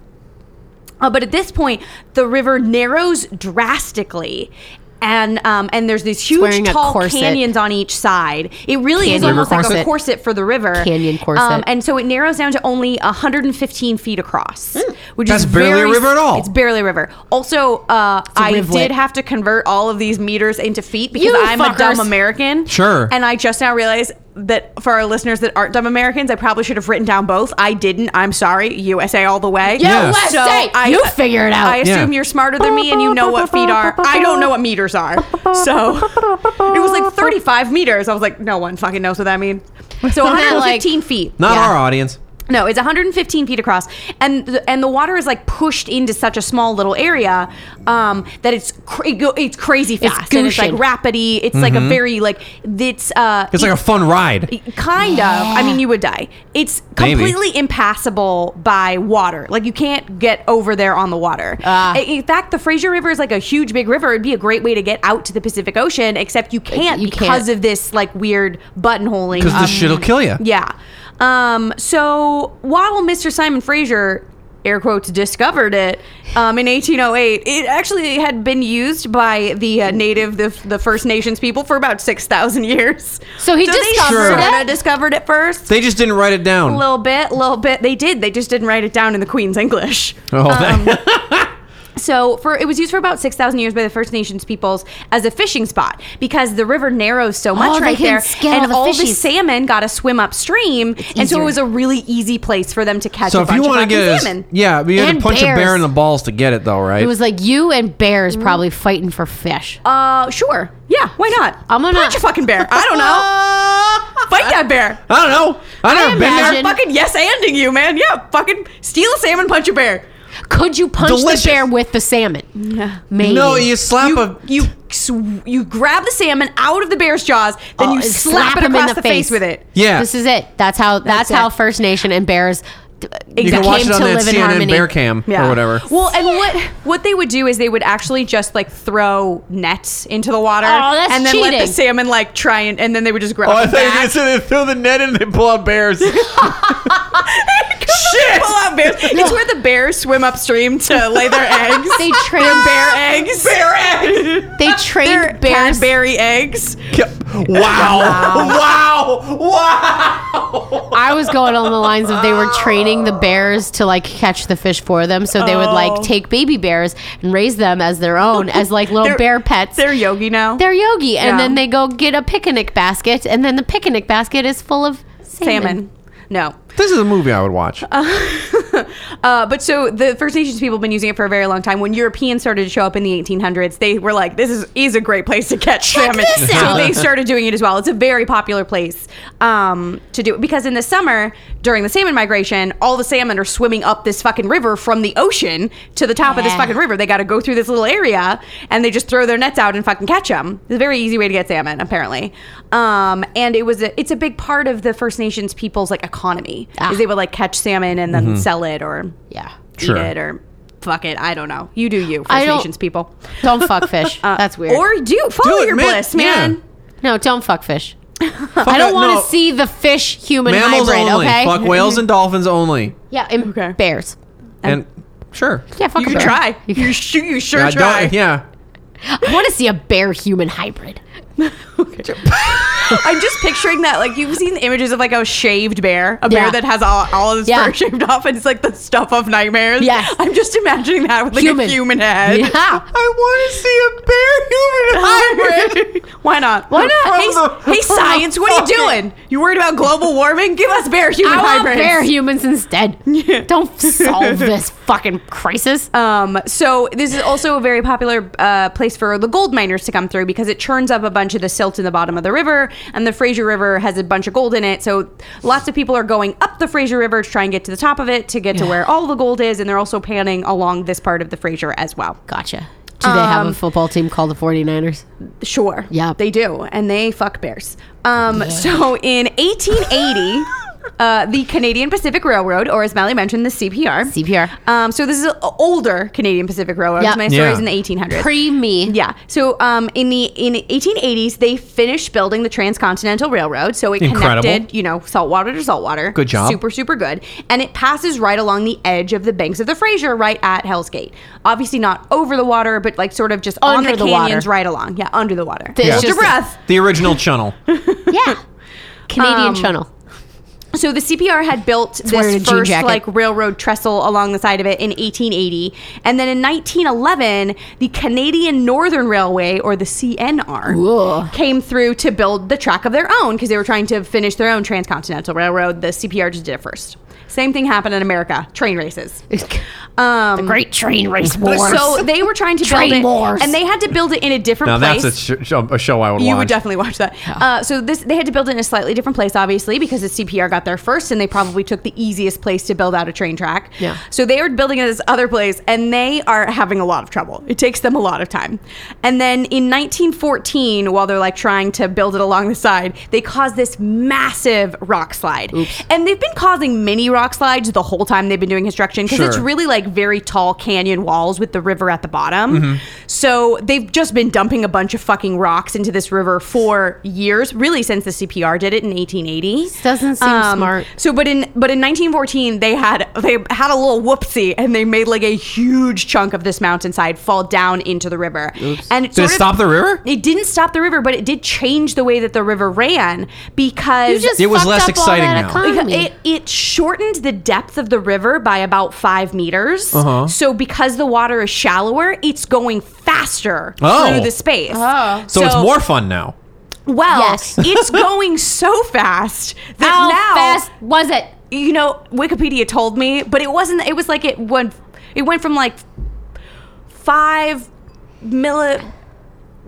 Speaker 4: Uh, but at this point, the river narrows drastically. And, um, and there's these huge
Speaker 2: wearing a
Speaker 4: tall
Speaker 2: corset.
Speaker 4: canyons on each side. It really is
Speaker 2: Canyon
Speaker 4: almost like a
Speaker 2: corset.
Speaker 4: corset for the river. Um,
Speaker 2: Canyon corset.
Speaker 4: and so it narrows down to only 115 feet across,
Speaker 2: Hmm.
Speaker 4: which
Speaker 3: That's
Speaker 4: is
Speaker 3: barely a
Speaker 4: very-
Speaker 3: river at all.
Speaker 4: It's barely a river. Also, uh,
Speaker 2: a
Speaker 4: I
Speaker 2: rivulet.
Speaker 4: did have to convert all of these meters into feet because
Speaker 2: You
Speaker 4: I'm a dumb
Speaker 2: fuckers.
Speaker 4: American.
Speaker 3: Sure.
Speaker 4: And I just now realized that for our listeners that aren't dumb Americans, I probably should have written down both. I didn't. I'm sorry. USA all the way.
Speaker 2: yeah,
Speaker 3: yes.
Speaker 2: let's say you figure it out.
Speaker 4: I assume
Speaker 3: Yeah.
Speaker 4: you're smarter than me and you know what feet are. I don't know what meters are. So it was like 35 meters. I was like, no one fucking knows what that means. So
Speaker 2: Isn't that like-
Speaker 4: 115 feet.
Speaker 3: Not
Speaker 4: Yeah.
Speaker 3: our audience.
Speaker 4: No, it's 115 feet across, and the, and the water is like pushed into such a small little area um, that it's cra- it go- it's crazy
Speaker 2: It's
Speaker 4: fast. and it's like
Speaker 2: gushing.
Speaker 4: rapidy. It's like a very like it's uh
Speaker 3: Mm-hmm. It's like a fun ride.
Speaker 4: kind of. I mean, you would die. It's
Speaker 3: Maybe.
Speaker 4: completely impassable by water. Like you can't get over there on the water.
Speaker 3: Ah.
Speaker 4: I- in fact, the Fraser River is like a huge big river. It'd be a great way to get out to the Pacific Ocean, except you can't
Speaker 2: You
Speaker 4: because
Speaker 2: can't.
Speaker 4: of this like weird buttonholing.
Speaker 3: Uh, Because
Speaker 4: of-
Speaker 3: this shit'll kill you.
Speaker 4: um, yeah. Um, so while Mr. Simon Fraser, air quotes, discovered it um, in 1808, it actually had been used by the uh, native, the, the First Nations people for about 6,000 years.
Speaker 2: So he
Speaker 4: they
Speaker 2: discovered
Speaker 4: sorta
Speaker 2: Sure. it?
Speaker 4: discovered it first.
Speaker 3: They just didn't write it down.
Speaker 4: a little bit, a little bit. They did. They just didn't write it down in the Queen's English.
Speaker 3: Oh, that-
Speaker 4: So for it was used for about six thousand years by the First Nations peoples as a fishing spot because the river narrows so much
Speaker 2: Oh, they
Speaker 4: right
Speaker 2: can
Speaker 4: there,
Speaker 2: scale
Speaker 4: and
Speaker 2: the
Speaker 4: all the
Speaker 2: fishies.
Speaker 4: salmon got to swim upstream, and so
Speaker 2: easier.
Speaker 4: it was a really easy place for them to catch.
Speaker 3: So
Speaker 4: a
Speaker 3: if you
Speaker 4: bunch
Speaker 3: want to
Speaker 4: of
Speaker 3: get
Speaker 4: fucking
Speaker 3: a,
Speaker 4: salmon.
Speaker 3: yeah, but you had to
Speaker 8: And
Speaker 3: punch a bear
Speaker 8: bears.
Speaker 3: in the balls to get it though, right?
Speaker 2: It was like you and bears probably fighting for fish.
Speaker 4: Mm. Uh, sure. Yeah, why not?
Speaker 2: I'm gonna-
Speaker 4: punch a fucking bear. I don't know. Fight that bear.
Speaker 3: I don't know. I never been
Speaker 2: imagine-
Speaker 3: there.
Speaker 4: They're fucking yes anding you, man. Yeah, fucking steal a salmon, punch a bear.
Speaker 2: Could you punch
Speaker 3: Delicious.
Speaker 2: the bear with the salmon? Maybe.
Speaker 3: No, you slap
Speaker 4: You
Speaker 3: a.
Speaker 4: you sw- you grab the salmon out of the bear's jaws, then
Speaker 2: Oh,
Speaker 4: you
Speaker 2: and
Speaker 4: slap,
Speaker 2: slap
Speaker 4: it
Speaker 2: him in
Speaker 4: across
Speaker 2: the
Speaker 4: the, face.
Speaker 2: face.
Speaker 4: with it.
Speaker 3: yeah,
Speaker 2: This is it. That's how. That's,
Speaker 4: it.
Speaker 2: how First Nation and bears d-
Speaker 3: you
Speaker 2: came
Speaker 3: can watch it on
Speaker 2: to
Speaker 3: that
Speaker 2: live in
Speaker 3: CNN
Speaker 2: harmony.
Speaker 3: bear cam or whatever.
Speaker 4: Well, and what what they would do is they would actually just like throw nets into the water,
Speaker 2: Oh, that's
Speaker 4: and then let the
Speaker 2: cheating.
Speaker 4: salmon like try and and then they would just grab.
Speaker 3: Oh, I
Speaker 4: it
Speaker 3: thought you were
Speaker 4: back.
Speaker 3: gonna say they throw the net in and they pull out bears.
Speaker 4: Shit! Pull out bears. It's where the bears swim upstream to lay their eggs.
Speaker 2: They trained
Speaker 4: bear eggs. Bear eggs.
Speaker 2: They trained bears.
Speaker 4: Cadbury eggs.
Speaker 3: wow! Wow! Wow!
Speaker 2: I was going on the lines of they were training the bears to like catch the fish for them, so they would
Speaker 4: Oh.
Speaker 2: like take baby bears and raise them as their own, as like little
Speaker 4: They're-
Speaker 2: bear pets.
Speaker 4: They're yogi now.
Speaker 2: They're yogi, and
Speaker 4: Yeah.
Speaker 2: then they go get a picnic basket, and then the picnic basket is full of salmon.
Speaker 4: salmon. No.
Speaker 3: This is a movie I would watch.
Speaker 4: Uh, but so the First Nations people have been using it for a very long time. When Europeans started to show up in the 1800s, they were like, "This is is a great place to catch salmon."
Speaker 2: this
Speaker 4: So
Speaker 2: out.
Speaker 4: they started doing it as well. It's a very popular place um, to do it because in the summer during the salmon migration, all the salmon are swimming up this fucking river from the ocean to the top of this
Speaker 2: Yeah.
Speaker 4: fucking river. They got to go through this little area, and they just throw their nets out and fucking catch them. It's a very easy way to get salmon, apparently. Um, and it was a, it's a big part of the First Nations people's like economy.
Speaker 2: Ah. Mm-hmm.
Speaker 4: Is they would like catch salmon and then sell it or
Speaker 2: Yeah.
Speaker 3: Sure.
Speaker 4: eat it or fuck it. I don't know. You do you,
Speaker 2: I
Speaker 4: First
Speaker 2: don't-
Speaker 4: Nations people.
Speaker 2: Don't fuck fish. That's weird.
Speaker 4: Uh, Or do follow
Speaker 3: Do it,
Speaker 4: your
Speaker 3: man.
Speaker 4: bliss, man.
Speaker 2: no, don't fuck fish.
Speaker 3: Fuck
Speaker 2: I don't
Speaker 3: it,
Speaker 2: want to
Speaker 3: no.
Speaker 2: see the fish human
Speaker 3: mammals
Speaker 2: hybrid.
Speaker 3: only.
Speaker 2: Okay. Mm-hmm.
Speaker 3: Fuck whales and dolphins only.
Speaker 2: Yeah, and
Speaker 4: Okay.
Speaker 2: bears.
Speaker 3: And sure.
Speaker 2: Yeah, fuck
Speaker 4: You
Speaker 2: a
Speaker 4: could
Speaker 2: bear.
Speaker 4: try. You sure you sure
Speaker 3: I
Speaker 4: try.
Speaker 3: don't- yeah.
Speaker 2: I want to see a bear human hybrid.
Speaker 4: I'm just picturing that like you've seen the images of like a shaved bear, a bear
Speaker 2: Yeah.
Speaker 4: that has all, all of his
Speaker 2: Yeah.
Speaker 4: fur shaved off, and it's like the stuff of nightmares.
Speaker 2: Yes.
Speaker 4: I'm just imagining that with like
Speaker 2: Human.
Speaker 4: a human head.
Speaker 2: Yeah.
Speaker 3: I want to see a bear human hybrid.
Speaker 4: Why not?
Speaker 2: Why not?
Speaker 4: Hey,
Speaker 3: From the-
Speaker 4: hey,
Speaker 3: from
Speaker 4: science,
Speaker 3: the
Speaker 4: what are you
Speaker 3: fucking-
Speaker 4: doing? You worried about global warming? Give us bear human
Speaker 2: I want
Speaker 4: hybrids.
Speaker 2: bear humans instead. Don't solve this fucking crisis.
Speaker 4: Um, so this is also a very popular uh, place for the gold miners to come through because it churns up a bunch of the silt in the bottom of the river, and the Fraser River has a bunch of gold in it. So lots of people are going up the Fraser River to try and get to the top of it to get to where all the gold is, and they're also panning along this part of the Fraser as well.
Speaker 2: Gotcha. Do they have a football team called the 49ers?
Speaker 4: Sure,
Speaker 2: Yeah.
Speaker 4: they do, and they fuck bears. Um, So in 1880. Uh, the Canadian Pacific Railroad, or as Mally mentioned, the CPR.
Speaker 2: CPR.
Speaker 4: Um, so this is an older Canadian Pacific Railroad.
Speaker 2: Yeah.
Speaker 4: My story
Speaker 3: Yeah.
Speaker 4: is in the 1800s.
Speaker 2: Pre me.
Speaker 4: Yeah. So um, in the in 1880s, they finished building the Transcontinental Railroad. So it
Speaker 3: Incredible.
Speaker 4: connected, you know, saltwater to saltwater.
Speaker 3: Good job.
Speaker 4: Super, super good. And it passes right along the edge of the banks of the Fraser, right at Hell's Gate. Obviously not over the water, but like sort of just on
Speaker 2: Under
Speaker 4: the,
Speaker 2: the water.
Speaker 4: canyons right along. Yeah, under the water.
Speaker 2: It's
Speaker 4: Hold your
Speaker 2: just-
Speaker 4: breath.
Speaker 3: The original channel.
Speaker 2: Yeah. Canadian
Speaker 4: Um,
Speaker 2: Channel.
Speaker 4: So the CPR had built
Speaker 2: wearing a
Speaker 4: this
Speaker 2: jean
Speaker 4: first
Speaker 2: jacket.
Speaker 4: like railroad trestle along the side of it in 1880, and then in 1911, the Canadian Northern Railway or the CNR came through to build the track of their own because they were trying to finish their own transcontinental railroad. The CPR just did it first. Same thing happened in America: train races. Um,
Speaker 2: Great train race wars.
Speaker 4: so they were trying to build
Speaker 2: Train
Speaker 4: it,
Speaker 2: wars.
Speaker 4: and they had to build it in a different
Speaker 3: Now
Speaker 4: place.
Speaker 3: that's a, sh- sh- a show I would
Speaker 4: You
Speaker 3: watch.
Speaker 4: would definitely watch that. Uh, so this they had to build it in a slightly different place, obviously, because the CPR got there first, and they probably took the easiest place to build out a train track.
Speaker 2: Yeah.
Speaker 4: So they were building in this other place, and they are having a lot of trouble. It takes them a lot of time. And then in 1914, while they're like trying to build it along the side, they cause this massive rock slide. And they've been causing mini rock slides the whole time they've been doing construction because it's
Speaker 3: Sure.
Speaker 4: really like very tall canyon walls with the river at the bottom. So they've just been dumping a bunch of fucking rocks into this river for years, really since the CPR did it in Um, 1880.
Speaker 2: Doesn't seem smart.
Speaker 4: So, but in but in 1914, they had they had a little whoopsie, and they made like a huge chunk of this mountainside fall down into the river. And
Speaker 3: Did it stop the river?
Speaker 4: It didn't stop the river, but it did change the way that the river ran because
Speaker 2: You just
Speaker 3: It was
Speaker 2: fucked
Speaker 3: less
Speaker 2: up
Speaker 3: exciting
Speaker 2: all that
Speaker 3: now.
Speaker 2: economy.
Speaker 4: it, it shortened the depth of the river by about five meters.
Speaker 3: Uh-huh.
Speaker 4: So because the water is shallower, it's going faster
Speaker 3: Oh.
Speaker 4: through the space. Oh.
Speaker 3: So, it's more fun now.
Speaker 4: Well,
Speaker 2: Yes.
Speaker 4: it's going so fast that
Speaker 2: How
Speaker 4: now
Speaker 2: fast was it?
Speaker 4: you know Wikipedia told me, but it wasn't. It was like it went. It went from like five milli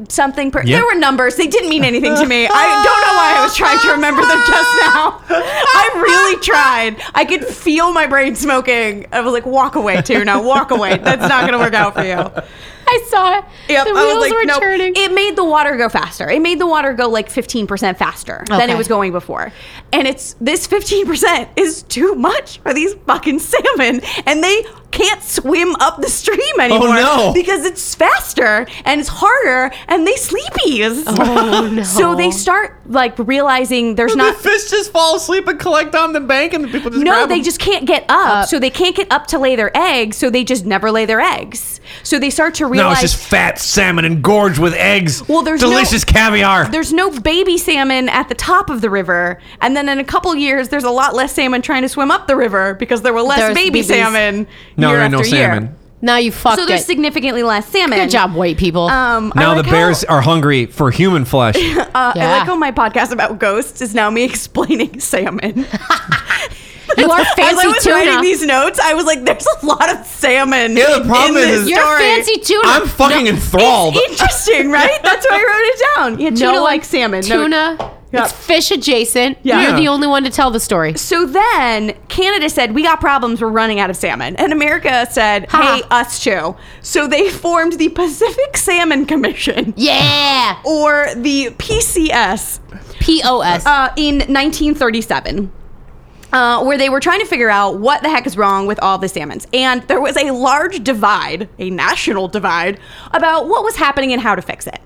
Speaker 4: something per.
Speaker 3: Yeah.
Speaker 4: There were numbers. They didn't mean anything to me. I don't know why I was trying to remember them just now. I really tried. I could feel my brain smoking. I was like, walk away, Tuna. Walk away. That's not going to work out for you.
Speaker 2: I saw it.
Speaker 4: Yep,
Speaker 2: the
Speaker 4: I was
Speaker 2: wheels
Speaker 4: like,
Speaker 2: were
Speaker 4: nope.
Speaker 2: turning.
Speaker 4: It made the water go faster. It made the water go like 15% faster than
Speaker 2: Okay.
Speaker 4: it was going before. And it's this 15% is too much for these fucking salmon. And they can't swim up the stream anymore
Speaker 3: Oh, no.
Speaker 4: because it's faster and it's harder and they sleepies.
Speaker 2: Oh, no.
Speaker 4: So they start like realizing there's not
Speaker 3: the fish just fall asleep and collect on the bank, and the people just
Speaker 4: no,
Speaker 3: grab
Speaker 4: they
Speaker 3: them?
Speaker 4: just can't get up,
Speaker 2: Uh,
Speaker 4: so they can't get up to lay their eggs, so they just never lay their eggs. So they start to
Speaker 3: No,
Speaker 4: realize
Speaker 3: it's just fat salmon engorged with eggs.
Speaker 4: Well, there's no-
Speaker 3: delicious caviar.
Speaker 4: there's no baby salmon at the top of the river, and then in a couple years, there's a lot less salmon trying to swim up the river because there were less
Speaker 2: There's
Speaker 4: baby
Speaker 2: babies.
Speaker 4: salmon.
Speaker 3: no,
Speaker 4: year
Speaker 3: there are no
Speaker 4: after year.
Speaker 3: salmon.
Speaker 2: now you fucked
Speaker 4: So there's
Speaker 2: it.
Speaker 4: significantly less salmon.
Speaker 8: Good job, white people.
Speaker 4: Um, I
Speaker 3: Now
Speaker 4: like
Speaker 3: the
Speaker 4: how-
Speaker 3: bears are hungry for human flesh.
Speaker 4: uh,
Speaker 8: Yeah.
Speaker 4: I like how my podcast about ghosts is now me explaining salmon.
Speaker 2: you are
Speaker 4: As I
Speaker 2: fancy
Speaker 4: was
Speaker 2: tuna.
Speaker 4: writing these notes, I was like, "There's a lot of salmon."
Speaker 3: Yeah, the problem
Speaker 4: in this
Speaker 3: is-
Speaker 2: You're
Speaker 4: story.
Speaker 2: fancy tuna.
Speaker 3: I'm fucking enthralled.
Speaker 4: It's interesting, right? That's why I wrote it down. Yeah, tuna
Speaker 2: one-
Speaker 4: like salmon. No-
Speaker 2: Tuna.
Speaker 4: Yeah.
Speaker 2: It's fish adjacent.
Speaker 4: Yeah.
Speaker 2: You're the
Speaker 3: Yeah.
Speaker 2: only one to tell the story.
Speaker 4: So then Canada said, We got problems. We're running out of salmon. And America said,
Speaker 2: Ha.
Speaker 4: Hey, us too. So they formed the Pacific Salmon Commission
Speaker 2: Yeah.
Speaker 4: or the PCS
Speaker 2: POS.
Speaker 4: uh, in 1937. Uh, where they were trying to figure out what the heck is wrong with all the salmons. And there was a large divide, a national divide, about what was happening and how to fix it.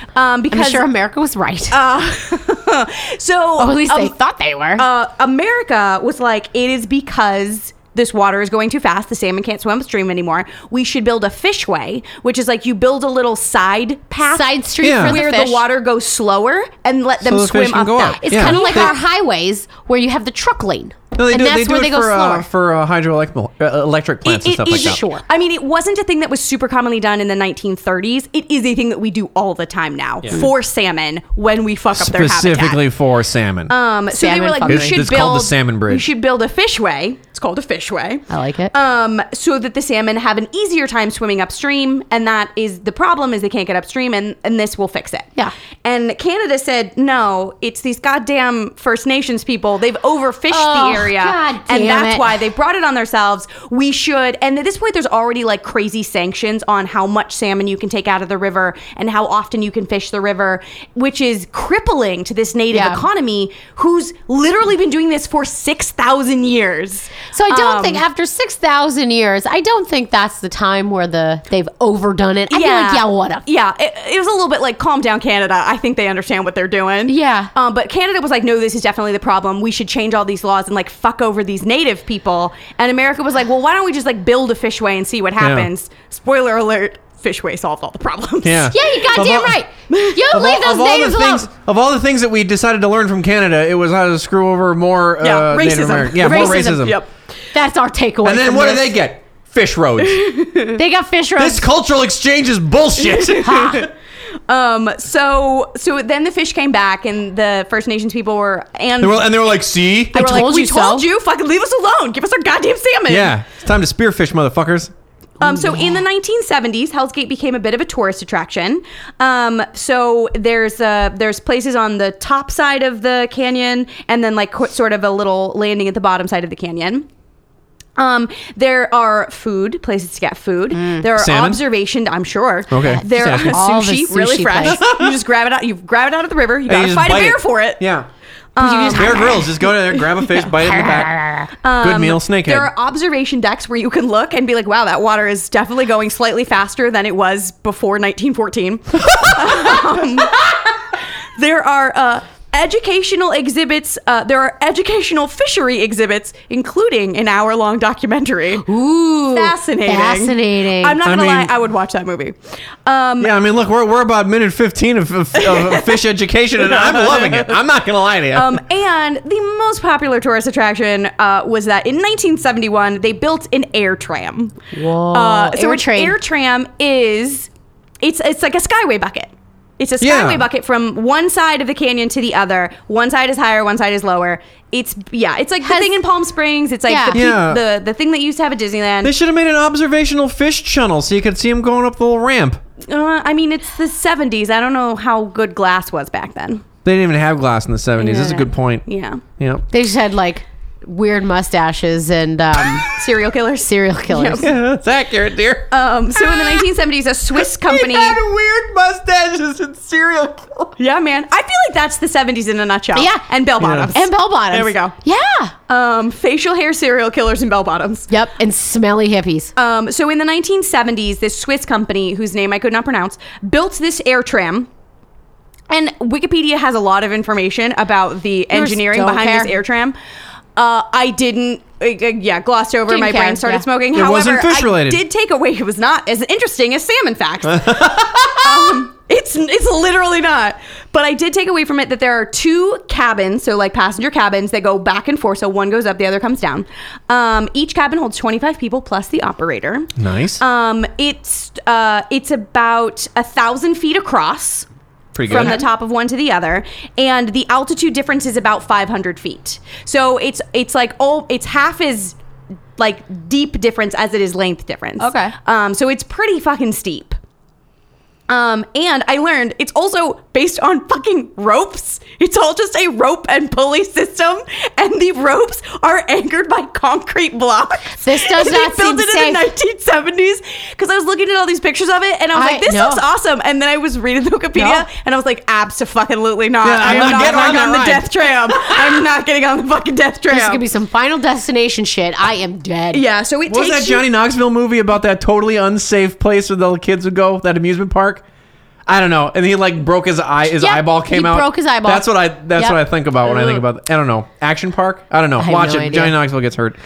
Speaker 4: Um,
Speaker 2: I'm
Speaker 4: because
Speaker 2: sure America was right.
Speaker 4: uh, so
Speaker 2: or at least they
Speaker 4: um,
Speaker 2: thought they were.
Speaker 4: uh, America was like, it is because this water is going too fast. The salmon can't swim upstream anymore. We should build a fishway, which is like you build a little side path,
Speaker 2: Side street
Speaker 3: Yeah.
Speaker 2: for the
Speaker 4: where
Speaker 2: fish.
Speaker 4: the water goes slower, and let them
Speaker 3: the fish
Speaker 4: swim
Speaker 3: can
Speaker 4: up
Speaker 3: go
Speaker 4: that.
Speaker 3: up.
Speaker 2: It's
Speaker 3: Yeah.
Speaker 2: kind of like
Speaker 3: They-
Speaker 2: our highways where you have the truck lane.
Speaker 3: no, they
Speaker 2: and
Speaker 3: do.
Speaker 2: that's
Speaker 3: They do
Speaker 2: where
Speaker 3: it
Speaker 2: they go
Speaker 3: for
Speaker 2: slower.
Speaker 3: uh, for uh, hydroelectric uh, electric plants and
Speaker 4: It
Speaker 3: stuff
Speaker 4: is
Speaker 3: like that.
Speaker 2: sure.
Speaker 4: I mean, it wasn't a thing that was super commonly done in the 1930s. It is a thing that we do all the time now for salmon when we fuck up their habitat.
Speaker 3: Specifically for salmon.
Speaker 4: Um, so they
Speaker 2: Salmon
Speaker 4: were like,
Speaker 2: fucking.
Speaker 4: you
Speaker 2: It's-
Speaker 4: should
Speaker 3: it's
Speaker 4: build
Speaker 3: called the salmon bridge.
Speaker 4: You should build a fishway. It's called a fishway.
Speaker 2: I like it.
Speaker 4: Um, so that the salmon have an easier time swimming upstream, and that is the problem is they can't get upstream, and and this will fix it.
Speaker 2: Yeah.
Speaker 4: And Canada said no. It's these goddamn First Nations people. They've overfished
Speaker 2: Oh,
Speaker 4: the area,
Speaker 2: God
Speaker 4: and
Speaker 2: damn
Speaker 4: that's
Speaker 2: it.
Speaker 4: why they brought it on themselves. We should. And at this point, there's already like crazy sanctions on how much salmon you can take out of the river and how often you can fish the river, which is crippling to this native
Speaker 2: Yeah.
Speaker 4: economy who's literally been doing this for six thousand years.
Speaker 2: So I don't
Speaker 4: Um,
Speaker 2: think after six thousand years, I don't think that's the time where the they've overdone it. I feel
Speaker 4: yeah,
Speaker 2: like yeah, what up?
Speaker 4: Yeah, it, it was a little bit like calm down, Canada. I think they understand what they're doing.
Speaker 2: Yeah.
Speaker 4: um, but Canada was like, no, this is definitely the problem. We should change all these laws and like fuck over these native people. And America was like, well, why don't we just like build a fishway and see what happens? Spoiler alert: fishway solved all the problems.
Speaker 3: yeah.
Speaker 2: Yeah, you
Speaker 3: Of
Speaker 2: goddamn
Speaker 3: all-
Speaker 2: right. You
Speaker 3: of
Speaker 2: leave
Speaker 3: all-
Speaker 2: those
Speaker 3: of all the
Speaker 2: natives
Speaker 3: things-
Speaker 2: alone.
Speaker 3: Of all the things that we decided to learn from Canada, it was how to screw over more uh,
Speaker 4: yeah,
Speaker 3: Native
Speaker 4: racism.
Speaker 3: American- Yeah, more racism.
Speaker 4: Yep.
Speaker 2: That's our takeaway.
Speaker 3: And then
Speaker 2: from
Speaker 3: what do
Speaker 2: this.
Speaker 3: they get? Fish roads.
Speaker 2: They got fish
Speaker 3: this
Speaker 2: roads.
Speaker 3: cultural exchange is bullshit.
Speaker 4: Um. So so then the fish came back, and the First Nations people were and
Speaker 3: They were- and they were like, see?
Speaker 4: they were like,
Speaker 2: told
Speaker 4: we
Speaker 2: you so."
Speaker 4: told you, fucking leave us alone. Give us our goddamn salmon.
Speaker 3: yeah. It's time to spearfish, motherfuckers.
Speaker 4: Um, so in the 1970s, Hell's Gate became a bit of a tourist attraction. Um, so there's uh, there's places on the top side of the canyon, and then like qu- sort of a little landing at the bottom side of the canyon. Um, there are food places to get food. There are
Speaker 3: Mm. Salmon?
Speaker 4: observation. I'm sure.
Speaker 3: Okay.
Speaker 4: There are
Speaker 3: Salmon.
Speaker 8: All the
Speaker 4: sushi, really
Speaker 8: sushi
Speaker 4: fresh.
Speaker 8: place.
Speaker 4: you just grab it out. You grab it out of the river. You
Speaker 3: And
Speaker 4: gotta
Speaker 3: you just
Speaker 4: fight a
Speaker 3: bite
Speaker 4: bear for it. Um,
Speaker 3: Yeah.
Speaker 8: you just-
Speaker 3: Bear grills. Just go in there, grab a fish, bite it in the back. Good meal, snakehead.
Speaker 4: Um, There are observation decks where you can look and be like, "Wow, that water is definitely going slightly faster than it was before 1914." Um, there are uh, educational exhibits. Uh, there are educational fishery exhibits, including an hour-long documentary.
Speaker 8: Ooh,
Speaker 4: fascinating.
Speaker 8: fascinating.
Speaker 4: I'm not
Speaker 3: I
Speaker 4: gonna
Speaker 3: mean-
Speaker 4: lie, I would watch that movie. Um,
Speaker 3: yeah, I mean, look, we're, we're about minute 15 of, of, of fish education, and I'm loving it. I'm not going to lie to you.
Speaker 4: Um, and the most popular tourist attraction uh, was that in 1971 they built an air tram. Whoa! Uh, so
Speaker 8: air
Speaker 4: an
Speaker 8: train.
Speaker 4: air tram is it's it's like a skyway bucket. It's a
Speaker 3: Yeah.
Speaker 4: skyway bucket from one side of the canyon to the other. One side is higher, one side is lower. It's yeah, it's like
Speaker 8: Has-
Speaker 4: the thing in Palm Springs. It's like
Speaker 8: Yeah.
Speaker 4: the, peak-
Speaker 3: Yeah.
Speaker 4: the the thing that used to have at Disneyland.
Speaker 3: they should have made an observational fish channel so you could see them going up the little ramp.
Speaker 4: uh, I mean, it's the 70s. I don't know how good glass was back then.
Speaker 3: They didn't even have glass in the 70s. That's a good point.
Speaker 4: Yeah,
Speaker 3: Yeah.
Speaker 2: They just had like weird mustaches and um,
Speaker 4: serial killers.
Speaker 2: serial killers.
Speaker 3: That's accurate, dear.
Speaker 4: Um, so in the 1970s, a Swiss company.
Speaker 3: weird mustaches and serial killers.
Speaker 4: Yeah, man. I feel like that's the 70s in a nutshell.
Speaker 2: Yeah.
Speaker 4: And bell bottoms.
Speaker 2: And bell bottoms.
Speaker 4: There we go.
Speaker 2: Yeah.
Speaker 4: Um, facial hair serial killers and bell bottoms.
Speaker 2: Yep. And smelly hippies.
Speaker 4: Um, so in the 1970s, this Swiss company, whose name I could not pronounce, built this air tram. And Wikipedia has a lot of information about the engineering
Speaker 8: don't
Speaker 4: behind this
Speaker 8: care.
Speaker 4: air tram. Uh, I didn't, uh, uh, yeah, glossed over.
Speaker 8: Didn't
Speaker 4: my
Speaker 8: care,
Speaker 4: brain started
Speaker 8: yeah.
Speaker 4: smoking.
Speaker 3: It
Speaker 4: However,
Speaker 3: wasn't fish
Speaker 4: I
Speaker 3: related.
Speaker 4: did take away it was not as interesting as salmon facts. um, it's it's literally not. But I did take away from it that there are two cabins, so like passenger cabins that go back and forth. So one goes up, the other comes down. Um, each cabin holds 25 people plus the operator.
Speaker 3: Nice.
Speaker 2: Uh,
Speaker 4: Um, it's uh, it's about a thousand feet across
Speaker 3: Pretty good.
Speaker 4: from the top of one to the other, and the altitude difference is about 500 feet. So it's it's like oh, it's half as like deep difference as it is length difference.
Speaker 8: Okay.
Speaker 4: Um, so it's pretty fucking steep. Um, and I learned it's also based on fucking ropes. It's all just a rope and pulley system, and the ropes are anchored by concrete blocks.
Speaker 2: This does
Speaker 4: And
Speaker 2: not
Speaker 4: they built
Speaker 2: seem
Speaker 4: it
Speaker 2: safe.
Speaker 4: in the 1970s because I was looking at all these pictures of it, and I was
Speaker 2: I-
Speaker 4: like, "This
Speaker 2: no.
Speaker 4: looks awesome." And then I was reading the Wikipedia,
Speaker 2: No.
Speaker 4: and I was like, "Absolutely not!
Speaker 3: Yeah, I'm
Speaker 4: I am
Speaker 3: not
Speaker 4: not
Speaker 3: getting on
Speaker 4: going
Speaker 3: that
Speaker 4: on the
Speaker 3: ride."
Speaker 4: death tram. I'm not getting on the fucking death tram."
Speaker 2: This is gonna be some final destination shit. I am dead.
Speaker 4: yeah. So it
Speaker 3: What was
Speaker 4: takes
Speaker 3: that Johnny
Speaker 4: You-
Speaker 3: Knoxville movie about that totally unsafe place where the kids would go? That amusement park. I don't know. And he like broke his eye. His
Speaker 2: Yep,
Speaker 3: eyeball came
Speaker 2: he
Speaker 3: out.
Speaker 2: broke his eyeball.
Speaker 3: That's what I. That's
Speaker 2: Yep.
Speaker 3: what I think about when I think about. I don't know. Action park. I don't know.
Speaker 2: have
Speaker 3: Watch
Speaker 2: no
Speaker 3: it.
Speaker 2: idea.
Speaker 3: Johnny Knoxville gets hurt.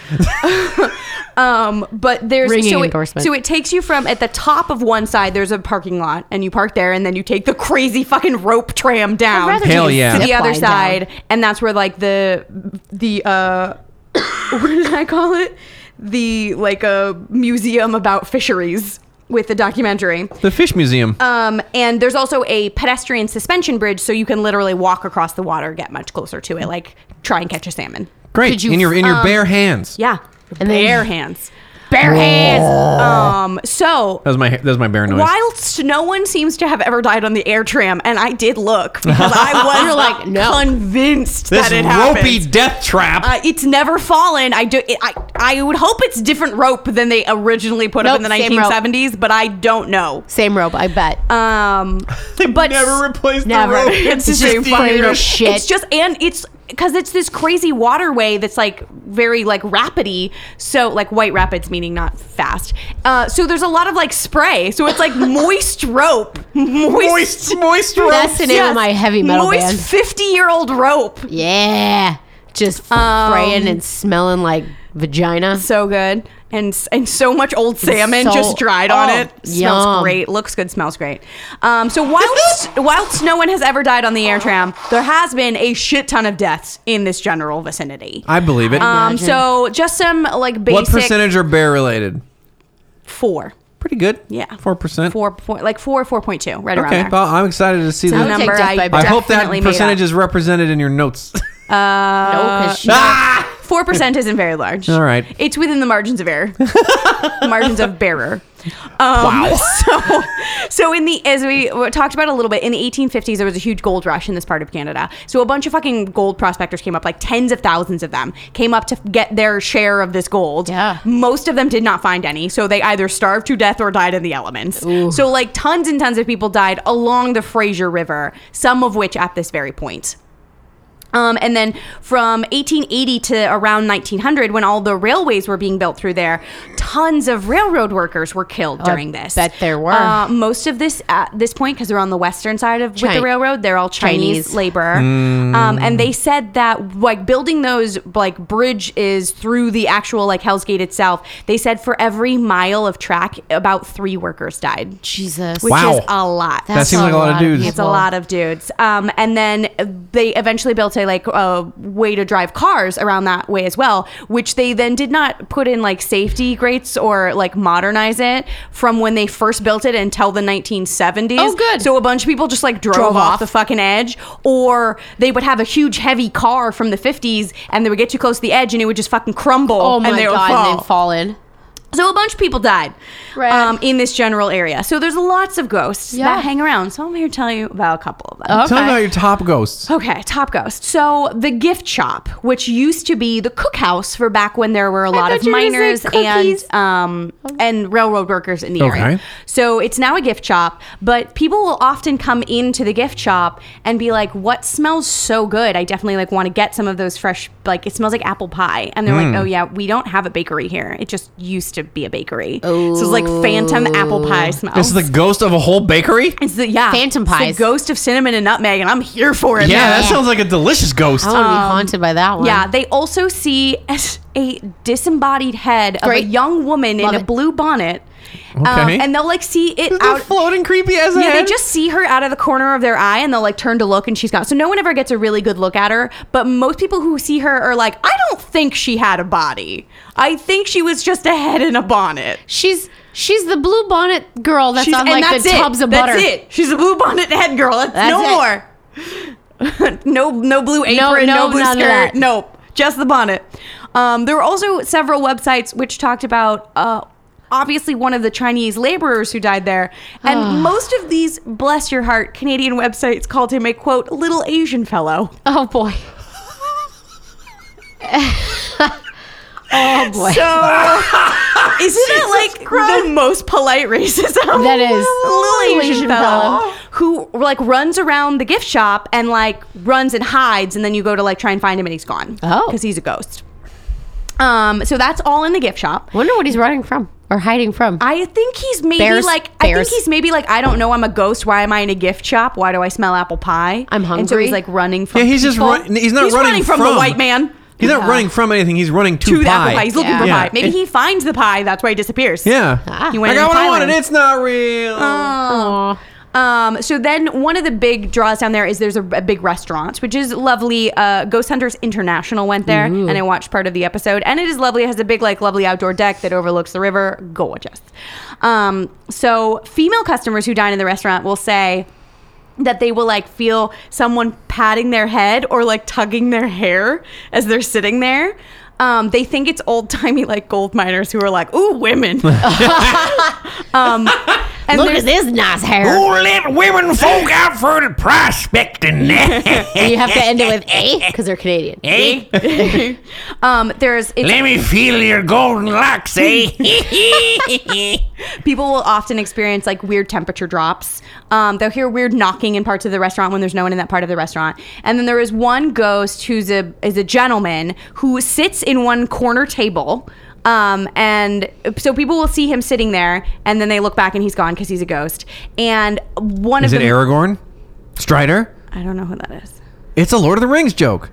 Speaker 4: um, but there's
Speaker 2: Ringing
Speaker 4: so
Speaker 2: endorsement.
Speaker 4: It, so it takes you from at the top of one side. There's a parking lot, and you park there, and then you take the crazy fucking rope tram down.
Speaker 2: rather
Speaker 3: Hell
Speaker 2: take a
Speaker 3: yeah.
Speaker 4: to
Speaker 2: zip
Speaker 4: the other
Speaker 2: line down.
Speaker 4: side, and that's where like the the uh, what did I call it? The like a museum about fisheries with the documentary.
Speaker 3: The fish museum.
Speaker 2: Uh,
Speaker 4: Um, and there's also a pedestrian suspension bridge, so you can literally walk across the water, get much closer to it, like try and catch a salmon.
Speaker 3: Great.
Speaker 2: could you
Speaker 3: in your in your
Speaker 2: f- um,
Speaker 3: bare hands.
Speaker 4: Yeah,
Speaker 2: And then-
Speaker 4: bare hands.
Speaker 2: Bare hands.
Speaker 4: Um, so
Speaker 3: That was my that was my bare noise.
Speaker 4: Whilst no one seems to have ever died on the air tram, and I did look because I was like
Speaker 2: no.
Speaker 4: convinced
Speaker 3: This
Speaker 4: that it happened.
Speaker 3: ropey death trap.
Speaker 4: Uh, it's never fallen. I do. It, I I would hope it's different rope than they originally put up
Speaker 2: Nope,
Speaker 4: in the
Speaker 2: same rope.
Speaker 4: 1970s, but I don't know.
Speaker 2: Same rope. I bet.
Speaker 4: Um, but
Speaker 3: never replaced
Speaker 2: Never.
Speaker 3: the rope.
Speaker 4: it's just
Speaker 2: just
Speaker 4: a
Speaker 2: plain
Speaker 4: fucking
Speaker 2: as
Speaker 4: rope.
Speaker 2: shit.
Speaker 4: It's just and it's because it's this crazy waterway that's like very like rapidy. So like white rapids meaning not fast. Uh, so there's a lot of like spray. So it's like moist rope, moist.
Speaker 3: Moist, moist rope.
Speaker 2: That's the name
Speaker 4: Yes.
Speaker 2: of my heavy metal
Speaker 4: moist
Speaker 2: band.
Speaker 4: 50 year old rope
Speaker 2: Yeah. Just
Speaker 4: Um,
Speaker 2: fraying and smelling like vagina.
Speaker 4: so good and and so much old salmon
Speaker 2: so-
Speaker 4: just dried on
Speaker 2: oh,
Speaker 4: it smells
Speaker 2: yum.
Speaker 4: great looks good smells great um, so whilst whilst no one has ever died on the air tram there has been a shit ton of deaths in this general vicinity
Speaker 3: I believe it.
Speaker 4: um, so just some like basic
Speaker 3: what percentage are bare related?
Speaker 4: four
Speaker 3: Pretty good.
Speaker 4: Yeah.
Speaker 3: Four percent.
Speaker 4: four point like four four point two right
Speaker 3: Okay.
Speaker 4: around there
Speaker 3: Well, I'm excited to see
Speaker 4: It's a
Speaker 3: the
Speaker 4: number
Speaker 2: death
Speaker 4: I,
Speaker 2: by
Speaker 3: I hope that
Speaker 4: definitely made
Speaker 3: percentage
Speaker 4: up.
Speaker 2: Uh,
Speaker 3: is represented in your notes.
Speaker 2: no, Oh, 'cause she-
Speaker 3: ah!
Speaker 4: Four percent isn't very large.
Speaker 3: All right.
Speaker 4: It's within the margins of error. margins of bearer. Um, wow. So, so in the as we talked about a little bit in the 1850s, there was a huge gold rush in this part of Canada. So a bunch of fucking gold prospectors came up, like tens of thousands of them came up to get their share of this gold.
Speaker 8: Yeah.
Speaker 4: Most of them did not find any, so they either starved to death or died in the elements. So like tons and tons of people died along the Fraser River, some of which at this very point. Um, and then from 1880 to around 1900, when all the railways were being built through there, tons of railroad workers were killed during this.
Speaker 8: bet there were.
Speaker 4: Uh, most of this at this point, because they're on the western side of with
Speaker 8: Chi-
Speaker 4: the railroad, they're all Chinese,
Speaker 8: Chinese.
Speaker 4: labor. Um, and they said that like building those like bridges through the actual like Hell's Gate itself, they said for every mile of track, about three workers died,
Speaker 8: Jesus.
Speaker 4: which
Speaker 3: Wow.
Speaker 4: is a lot.
Speaker 3: That seems like a lot of dudes.
Speaker 4: It's a lot of dudes. Um, and then they eventually built a like a way to drive cars around that way as well, which they then did not put in like safety grates or like modernize it from when they first built it until the 1970s.
Speaker 2: Oh, good.
Speaker 4: So a bunch of people just like drove,
Speaker 2: Drove
Speaker 4: off.
Speaker 2: off.
Speaker 4: the fucking edge, or they would have a huge heavy car from the 50s and they would get too close to the edge and it would just fucking crumble.
Speaker 2: Oh my
Speaker 4: and they would
Speaker 2: god,
Speaker 4: fall.
Speaker 2: and they've fallen.
Speaker 4: So a bunch of people died
Speaker 2: Right.
Speaker 4: um, in this general area. So there's lots of ghosts
Speaker 2: Yeah.
Speaker 4: that hang around. So I'm here to tell you about a couple of them.
Speaker 3: Tell me about your top ghosts.
Speaker 4: Okay, Top Ghost. So the gift shop, which used to be the cookhouse for back when there were a lot of
Speaker 2: thought you were gonna say
Speaker 4: miners
Speaker 2: cookies.
Speaker 4: and um, and railroad workers in the
Speaker 3: Okay.
Speaker 4: area. So it's now a gift shop, but people will often come into the gift shop and be like, "What smells so good? I definitely like want to get some of those fresh. Like it smells like apple pie." And they're
Speaker 3: Hmm.
Speaker 4: like, "Oh yeah, we don't have a bakery here. It just used to be a bakery. So it's like phantom apple pie smells.
Speaker 3: Oh. This is the ghost of a whole bakery.
Speaker 4: It's the- yeah
Speaker 8: Phantom
Speaker 4: It's
Speaker 8: pies.
Speaker 4: the ghost of cinnamon and nutmeg, and I'm here for it.
Speaker 3: Yeah,
Speaker 4: man.
Speaker 3: that sounds like a delicious ghost.
Speaker 4: Oh,
Speaker 8: I want to be haunted by that one.
Speaker 4: Yeah, they also see a disembodied head
Speaker 8: Great.
Speaker 4: of a young woman
Speaker 8: Love
Speaker 4: in a
Speaker 8: it.
Speaker 4: blue bonnet. Um,
Speaker 3: Okay.
Speaker 4: and they'll like see it
Speaker 3: Isn't
Speaker 4: out.
Speaker 3: that floating creepy as a
Speaker 4: yeah,
Speaker 3: head?
Speaker 4: they just see her out of the corner of their eye and they'll like turn to look and she's gone. So no one ever gets a really good look at her. But most people who see her are like, I don't think she had a body. I think she was just a head in a bonnet.
Speaker 2: She's she's the blue bonnet girl that's
Speaker 4: She's,
Speaker 2: on
Speaker 4: and
Speaker 2: like
Speaker 4: that's
Speaker 2: the
Speaker 4: it.
Speaker 2: tubs of
Speaker 4: that's
Speaker 2: butter.
Speaker 4: it. She's a blue bonnet head girl. That's, no
Speaker 2: it.
Speaker 4: more. no, no blue apron. No,
Speaker 2: no,
Speaker 4: blue
Speaker 2: none of
Speaker 4: skirt.
Speaker 2: that.
Speaker 4: Nope. Just the bonnet. Um, there were also several websites which talked about. Uh, Obviously, one of the Chinese laborers who died there.
Speaker 2: Ah.
Speaker 4: And most of these, bless your heart, Canadian websites called him a quote, little Asian fellow.
Speaker 2: Oh boy. oh boy.
Speaker 4: So, isn't that like the most polite racism?
Speaker 2: That is.
Speaker 4: little Asian,
Speaker 2: Asian
Speaker 4: fellow,
Speaker 2: fellow.
Speaker 4: who like runs around the gift shop and like runs and hides, and then you go to like try and find him, and he's gone.
Speaker 2: Oh.
Speaker 4: because he's a ghost. Um, so that's all in the gift shop.
Speaker 2: Wonder what he's running from or hiding from.
Speaker 4: I think he's maybe
Speaker 8: Bears-
Speaker 4: like I
Speaker 8: bears.
Speaker 4: think he's maybe like I don't know I'm a ghost. Why am I in a gift shop? Why do I smell apple pie?
Speaker 2: I'm
Speaker 4: And so he's
Speaker 2: hungry.
Speaker 4: like running from.
Speaker 3: Yeah, he's just
Speaker 4: people.
Speaker 3: run- he's not running
Speaker 4: running from,
Speaker 3: from.
Speaker 4: the white man.
Speaker 3: He's not running from anything. He's running to,
Speaker 4: uh, to the apple pie. He's looking for
Speaker 3: Yeah.
Speaker 4: pie. Maybe he finds the pie. That's why he disappears.
Speaker 3: Yeah.
Speaker 4: He
Speaker 3: I
Speaker 4: went
Speaker 3: got
Speaker 4: into
Speaker 3: what I
Speaker 4: Thailand.
Speaker 3: wanted. It's not real.
Speaker 4: Um, so then one of the big draws down there is there's a, a big restaurant, which is lovely. Uh, Ghost Hunters International went there and I watched part of the episode and it is lovely. It has a big, like lovely outdoor deck that overlooks the river. Gorgeous. Um, so female customers who dine in the restaurant will say, that they will like feel someone patting their head or like tugging their hair as they're sitting there. Um, they think it's old timey like gold miners who are like, "Ooh, women." um, and
Speaker 2: Look
Speaker 4: there's-
Speaker 2: at this nice hair.
Speaker 1: let women folk out for the prospecting.
Speaker 2: And you have to end it with A because they're Canadian.
Speaker 1: Eh?
Speaker 4: um, there's it's
Speaker 1: Let me feel your golden locks, eh?
Speaker 4: people will often experience like weird temperature drops. Um, they'll hear weird knocking in parts of the restaurant when there's no one in that part of the restaurant. And then there is one ghost who's a is a gentleman who sits in one corner table. Um, and so people will see him sitting there, and then they look back and he's gone because he's a ghost. And one
Speaker 3: Is
Speaker 4: of
Speaker 3: it
Speaker 4: them,
Speaker 3: Aragorn? Strider?
Speaker 4: I don't know who that is.
Speaker 3: It's a Lord of the Rings joke.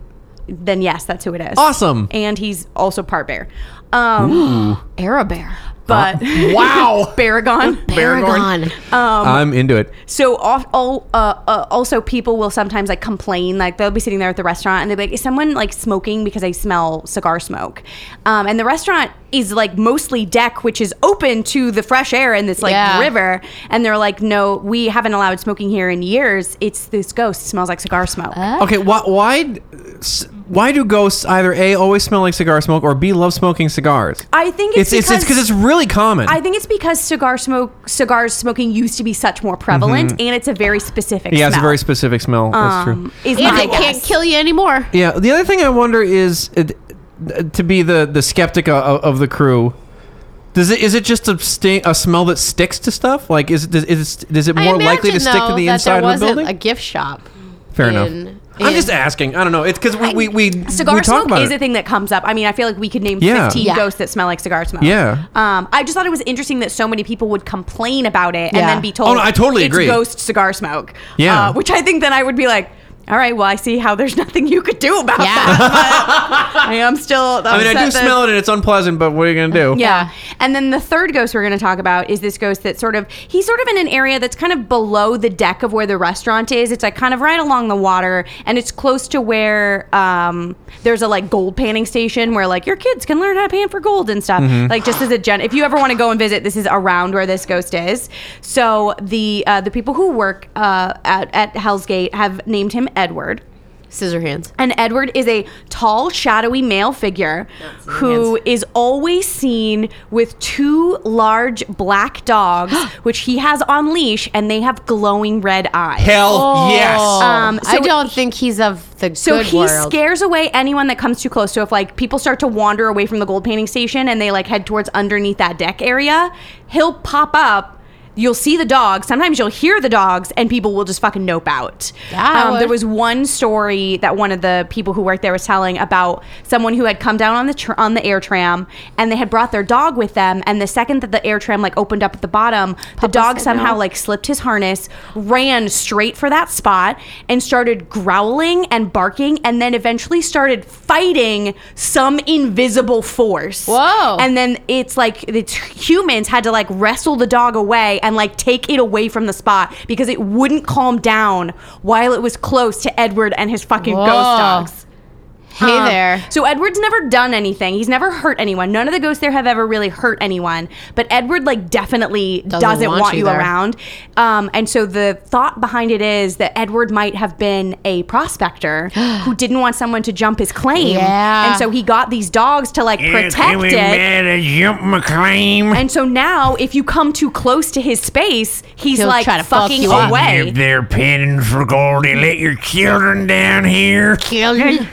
Speaker 4: Then yes, that's who it is.
Speaker 3: Awesome.
Speaker 4: And he's also part bear. Um,
Speaker 8: Arabear.
Speaker 4: but
Speaker 3: Wow.
Speaker 4: Baragon.
Speaker 2: Paragon.
Speaker 4: Um,
Speaker 3: I'm into it.
Speaker 4: So off, all, uh, uh, also people will sometimes like complain, like they'll be sitting there at the restaurant and they'll be like, "Is someone like smoking?" Because I smell cigar smoke, um, and the restaurant is like mostly deck, which is open to the fresh air and this like
Speaker 8: Yeah.
Speaker 4: river, and they're like, "No, we haven't
Speaker 2: Uh.
Speaker 4: allowed smoking here in years. It's this ghost smells like cigar smoke."
Speaker 3: Okay, why? why s- why do ghosts either a always smell like cigar smoke or b love smoking cigars?
Speaker 4: I think
Speaker 3: it's
Speaker 4: it's
Speaker 3: it's it's because it's, really common.
Speaker 4: I think it's because cigar smoke, cigars smoking used to be such more prevalent, and it's a very specific.
Speaker 3: Mm-hmm. yeah, it's a
Speaker 4: smell. Um,
Speaker 3: very specific smell. That's true.
Speaker 4: Is
Speaker 2: And
Speaker 4: my
Speaker 2: it can't
Speaker 4: guess.
Speaker 2: kill you anymore.
Speaker 3: Yeah. The other thing I wonder is, uh, to be the the skeptic of, of the crew, does it is it just a sting, a smell that sticks to stuff? Like is it does, is, it- is it
Speaker 2: I
Speaker 3: more likely to
Speaker 2: imagine,
Speaker 3: stick
Speaker 2: though,
Speaker 3: to the
Speaker 2: that
Speaker 3: inside
Speaker 2: there
Speaker 3: of the
Speaker 2: wasn't
Speaker 3: building?
Speaker 2: a gift shop.
Speaker 3: Fair enough.
Speaker 2: in-
Speaker 3: I'm just
Speaker 2: in-
Speaker 3: asking. I don't know. It's because we we, we
Speaker 4: Cigar
Speaker 3: we talk
Speaker 4: smoke
Speaker 3: about
Speaker 4: is
Speaker 3: it.
Speaker 4: a thing that comes up. I mean, I feel like we could name
Speaker 3: Yeah.
Speaker 4: 15
Speaker 2: Yeah.
Speaker 4: ghosts that smell like cigar smoke.
Speaker 3: Yeah.
Speaker 4: Um, I just thought it was interesting that so many people would complain about it
Speaker 2: Yeah.
Speaker 4: and then be told,
Speaker 3: Oh, no, I totally
Speaker 4: it's
Speaker 3: agree.
Speaker 4: ghost cigar smoke.
Speaker 3: Yeah.
Speaker 4: Uh, which I think then I would be like, all right, well, I see how there's nothing you could do about
Speaker 2: Yeah.
Speaker 4: that. But I am still.
Speaker 3: I mean, I do smell it and it's unpleasant, but what are you gonna do?
Speaker 4: Yeah. And then the third ghost we're going to talk about is this ghost that sort of, he's sort of in an area that's kind of below the deck of where the restaurant is. It's like kind of right along the water and it's close to where um, there's a like gold panning station where like your kids can learn how to pan for gold and stuff. Like just as a gen, if you ever want to go and visit, this is around where this ghost is. So the, uh, the people who work uh, at, at Hell's Gate have named him Edward.
Speaker 2: Scissor hands.
Speaker 4: And Edward is a tall, shadowy male figure who is always seen with two large black dogs, which he has on leash, and they have glowing red eyes.
Speaker 3: Hell yes.
Speaker 4: Um,
Speaker 2: I
Speaker 4: so-
Speaker 2: don't think he's of the
Speaker 4: So
Speaker 2: good
Speaker 4: he
Speaker 2: world.
Speaker 4: scares away anyone that comes too close. So if like people start to wander away from the gold painting station and they like head towards underneath that deck area, he'll pop up. You'll see the dogs. Sometimes you'll hear the dogs, and people will just fucking nope out. Um,
Speaker 2: Yeah, I would.
Speaker 4: there was one story that one of the people who worked there was telling about someone who had come down on the tr- on the air tram, and they had brought their dog with them. And the second that the air tram like opened up at the bottom, the dog somehow like slipped his harness, ran straight for that spot, and started growling and barking, and then eventually started fighting some invisible force.
Speaker 2: Whoa.
Speaker 4: And then it's like it's humans had to like wrestle the dog away and like take it away from the spot because it wouldn't calm down while it was close to Edward and his fucking
Speaker 2: Whoa.
Speaker 4: ghost dogs.
Speaker 2: hey
Speaker 4: Um,
Speaker 2: there.
Speaker 4: So Edward's never done anything. He's never hurt anyone. None of the ghosts there have ever really hurt anyone. But Edward like definitely doesn't, want, you
Speaker 2: there.
Speaker 4: around. Um, and so the thought behind it is that Edward might have been a prospector who didn't want someone to jump his claim.
Speaker 2: Yeah.
Speaker 4: And so he got these dogs to like protect it.
Speaker 1: better jump my claim.
Speaker 4: And so now if you come too close to his space, he's
Speaker 2: He'll
Speaker 4: like
Speaker 2: try to fuck
Speaker 4: fucking
Speaker 2: you up.
Speaker 4: away.
Speaker 1: they're pinning for gold, they let your children down here.
Speaker 2: Children.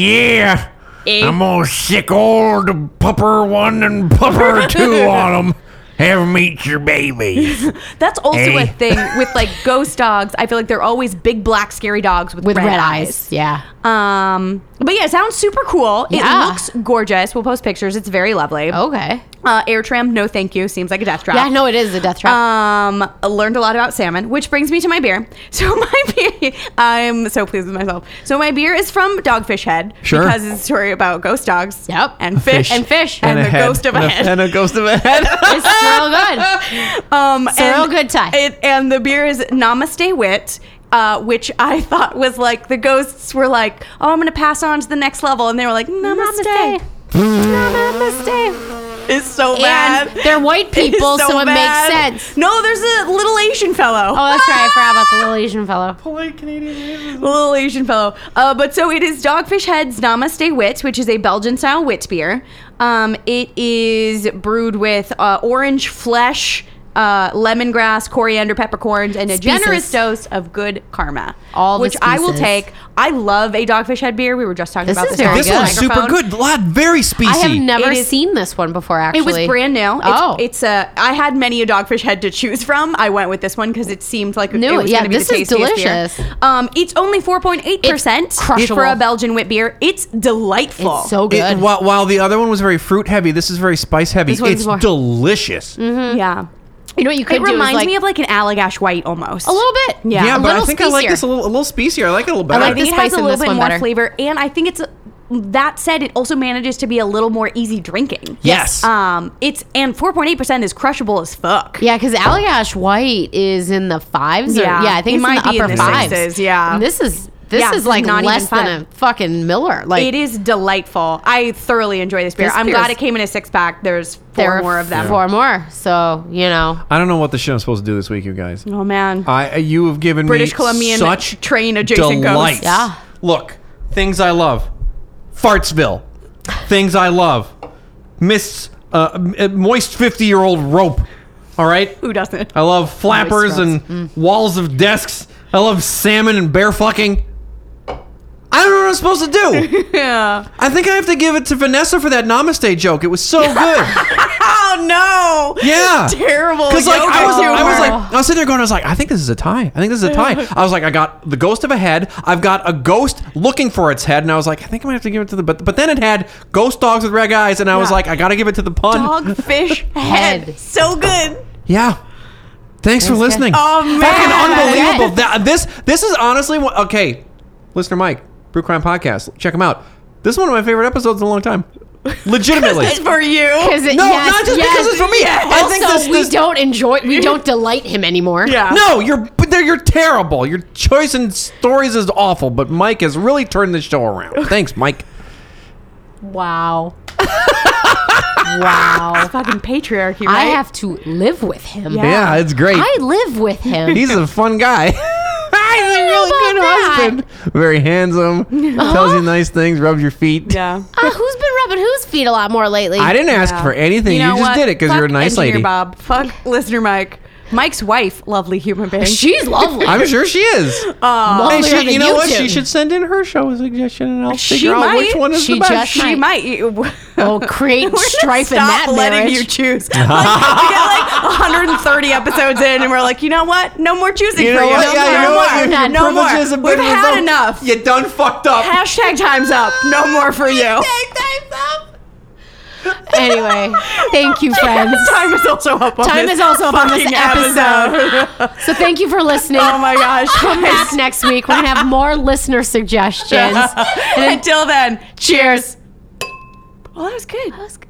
Speaker 1: Yeah.
Speaker 4: Eh.
Speaker 1: I'm gonna sick old pupper one and pupper two on them. Have 'em eat your babies.
Speaker 4: That's also
Speaker 1: Hey.
Speaker 4: a thing with like ghost dogs. I feel like they're always big black scary dogs with,
Speaker 2: With red, eyes. Yeah.
Speaker 4: Um, but yeah, it sounds super cool.
Speaker 2: Yeah.
Speaker 4: It looks gorgeous. We'll post pictures. It's very lovely.
Speaker 2: Okay. Uh,
Speaker 4: Uh, air tram, no thank you. Seems like a death trap.
Speaker 2: Yeah, no, it is a death trap.
Speaker 4: Um, learned a lot about salmon, which brings me to my beer. So my beer, I'm so pleased with myself. So my beer is from Dogfish Head
Speaker 3: Sure.
Speaker 4: because it's a story about ghost dogs.
Speaker 2: Yep.
Speaker 4: and fish, and fish and,
Speaker 3: a
Speaker 4: the
Speaker 3: head.
Speaker 4: ghost of a
Speaker 3: And
Speaker 4: head.
Speaker 3: and a ghost of a head.
Speaker 2: it's real good.
Speaker 4: Um,
Speaker 2: a real good time.
Speaker 4: It, and the beer is Namaste Wit. Uh, which I thought was like the ghosts were like, oh, I'm gonna pass on to the next level, and they were like, Namaste.
Speaker 2: Namaste. Namaste.
Speaker 4: It's so bad.
Speaker 2: And they're white
Speaker 4: It is
Speaker 2: people, so, it
Speaker 4: bad.
Speaker 2: makes sense.
Speaker 4: No, there's a little Asian fellow.
Speaker 2: Oh, that's right. I forgot about the little Asian fellow.
Speaker 4: little Asian fellow. Uh, but so it is Dogfish Head's Namaste Wit, which is a Belgian style wit beer. Um, it is brewed with uh, orange flesh, uh, lemongrass, coriander, peppercorns, and a
Speaker 2: Species.
Speaker 4: generous dose of good karma.
Speaker 2: All the
Speaker 4: which I will
Speaker 2: species.
Speaker 4: take. I love a Dogfish Head beer. We were just talking
Speaker 2: This
Speaker 4: about
Speaker 2: is
Speaker 4: this.
Speaker 2: very
Speaker 4: on
Speaker 3: this
Speaker 4: the
Speaker 2: good.
Speaker 3: one's super
Speaker 4: microphone.
Speaker 3: good. Lot very species.
Speaker 2: I have never
Speaker 4: It is-
Speaker 2: seen this one before, actually.
Speaker 4: It was brand new. It's,
Speaker 2: oh.
Speaker 4: it's a. I had many a dogfish head to choose from. I went with this one because it seemed like
Speaker 2: No,
Speaker 4: it was
Speaker 2: yeah,
Speaker 4: going to be
Speaker 2: this
Speaker 4: the
Speaker 2: is
Speaker 4: tastiest beer.
Speaker 2: delicious.
Speaker 4: Um, it's only four point eight percent
Speaker 2: It's crushable.
Speaker 4: for a Belgian wit beer. It's delightful.
Speaker 2: It's so
Speaker 3: It-
Speaker 2: good.
Speaker 3: while, while the other one was very fruit heavy, this is very spice heavy.
Speaker 2: This one's
Speaker 3: It's
Speaker 2: more-
Speaker 3: delicious.
Speaker 4: Mm-hmm. yeah.
Speaker 2: you know what you could do
Speaker 4: It
Speaker 2: is,
Speaker 4: reminds
Speaker 2: like,
Speaker 4: me of like an Allagash White almost.
Speaker 2: a little bit.
Speaker 4: Yeah.
Speaker 3: Yeah,
Speaker 2: a
Speaker 3: but I
Speaker 2: little
Speaker 3: think I like
Speaker 2: spicier.
Speaker 3: this a little, a little spicier. I like it a little better.
Speaker 4: I
Speaker 2: like
Speaker 4: think
Speaker 2: the
Speaker 4: it
Speaker 2: spice
Speaker 4: has a
Speaker 2: in
Speaker 4: little
Speaker 2: this
Speaker 4: bit
Speaker 2: one
Speaker 4: more
Speaker 2: better.
Speaker 4: flavor, and I think it's that said, it also manages to be a little more easy drinking.
Speaker 3: Yes.
Speaker 4: Um, it's and four point eight percent is crushable as fuck.
Speaker 2: Yeah, because Allagash White is in the fives. Or, yeah.
Speaker 4: Yeah,
Speaker 2: I think
Speaker 4: it
Speaker 2: it's
Speaker 4: might
Speaker 2: in
Speaker 4: be
Speaker 2: the
Speaker 4: in
Speaker 2: upper
Speaker 4: the
Speaker 2: fives.
Speaker 4: sixes, yeah.
Speaker 2: And this is this
Speaker 4: Yeah,
Speaker 2: is
Speaker 4: it's
Speaker 2: like
Speaker 4: not even
Speaker 2: less than
Speaker 4: five.
Speaker 2: a fucking Miller. Like
Speaker 4: it is delightful. I thoroughly enjoy this beer.
Speaker 2: This
Speaker 4: I'm
Speaker 2: beer
Speaker 4: glad
Speaker 2: is-
Speaker 4: it came in a six pack. There's four
Speaker 2: there are
Speaker 4: more of them.
Speaker 2: Four more. So you know,
Speaker 3: I don't know what the shit I'm supposed to do this week, you guys.
Speaker 4: Oh man.
Speaker 3: I you have given
Speaker 4: British
Speaker 3: me
Speaker 4: Columbian
Speaker 3: such
Speaker 4: train adjacent ghosts.
Speaker 3: delights.
Speaker 2: Yeah.
Speaker 3: Look, things I love: Fartsville. Things I love. Miss uh, m- moist 50 year old rope. All right?
Speaker 4: Who doesn't?
Speaker 3: I love flappers and
Speaker 4: Mm.
Speaker 3: walls of desks. I love salmon and bear fucking. I don't know what I'm supposed to do.
Speaker 4: Yeah.
Speaker 3: I think I have to give it to Vanessa for that namaste joke. It was so good.
Speaker 4: Oh no.
Speaker 3: Yeah.
Speaker 4: Terrible.
Speaker 3: Because like I
Speaker 4: yoga
Speaker 3: was, I was
Speaker 4: humor.
Speaker 3: like, I was sitting there going, I was like, I think this is a tie. I think this is a tie. I was like, I got the ghost of a head. I've got a ghost looking for its head, and I was like, I think I'm gonna have to give it to the. But but then it had ghost dogs with red eyes, and I was
Speaker 4: Yeah.
Speaker 3: like, I gotta give it to the pun.
Speaker 4: dogfish head.
Speaker 8: Head.
Speaker 4: So good.
Speaker 3: Yeah. Thanks for listening.
Speaker 4: Oh man.
Speaker 3: Fucking unbelievable. That, this this is honestly one- okay. Listener Mike, Brew Crime Podcast, check him out. This is one of my favorite episodes in a long time. Legitimately.
Speaker 4: It's for you.
Speaker 2: Because it-
Speaker 3: Oh, No,
Speaker 2: yes,
Speaker 3: not just because
Speaker 2: yes.
Speaker 3: it's for me. I think
Speaker 2: also,
Speaker 3: this,
Speaker 2: we
Speaker 3: this
Speaker 2: don't enjoy, we don't delight him anymore.
Speaker 4: Yeah.
Speaker 3: No, you're but they're- you're terrible. Your choice in stories is awful, but Mike has really turned the show around. Thanks, Mike.
Speaker 2: Wow. wow.
Speaker 4: Fucking patriarchy, right?
Speaker 2: I have to live with him.
Speaker 4: Yeah.
Speaker 3: it's great.
Speaker 2: I live with him.
Speaker 3: He's a fun guy. He's a really good
Speaker 2: that.
Speaker 3: husband. Very handsome. Tells you nice things, rubs your feet.
Speaker 4: Yeah.
Speaker 2: Ah, who's been rubbing whose feet a lot more lately?
Speaker 3: I didn't ask for anything. You,
Speaker 4: know
Speaker 3: just
Speaker 4: what?
Speaker 3: did it because you're a
Speaker 4: Fuck
Speaker 3: nice
Speaker 4: engineer
Speaker 3: lady.
Speaker 4: Bob. Fuck listener Mike. Mike's wife, lovely human being.
Speaker 2: She's lovely.
Speaker 3: I'm sure she is.
Speaker 2: Lovelier
Speaker 3: And she-
Speaker 2: than
Speaker 3: you know what?
Speaker 2: two.
Speaker 3: She should send in her show suggestion, and I'll
Speaker 4: She
Speaker 3: figure out which
Speaker 4: might.
Speaker 3: one is
Speaker 2: She
Speaker 3: the best.
Speaker 2: just
Speaker 4: she
Speaker 2: might.
Speaker 4: might. We're
Speaker 2: Oh, create
Speaker 4: gonna
Speaker 2: strife in
Speaker 4: stop
Speaker 2: that
Speaker 4: letting
Speaker 2: marriage.
Speaker 4: you choose. Like, we got like 130 episodes in, and we're like, you know what? No more choosing
Speaker 3: you
Speaker 4: for
Speaker 3: know
Speaker 4: you.
Speaker 3: what?
Speaker 4: No
Speaker 3: yeah,
Speaker 4: more.
Speaker 3: you know what? Your-
Speaker 4: No more.
Speaker 3: your
Speaker 4: No more.
Speaker 3: privileges have
Speaker 4: We've
Speaker 3: been
Speaker 4: had
Speaker 3: revoked.
Speaker 4: enough.
Speaker 3: You done fucked up.
Speaker 4: Hashtag times up. No more for you.
Speaker 2: anyway, thank you, friends.
Speaker 4: Time is also up on
Speaker 2: Time
Speaker 4: this
Speaker 2: is also up on this
Speaker 4: fucking
Speaker 2: episode. so thank you for listening.
Speaker 4: Oh my gosh.
Speaker 2: Come back next week. We're gonna have more listener suggestions.
Speaker 4: Until then,
Speaker 2: Cheers.
Speaker 4: Well, that was good. That was good.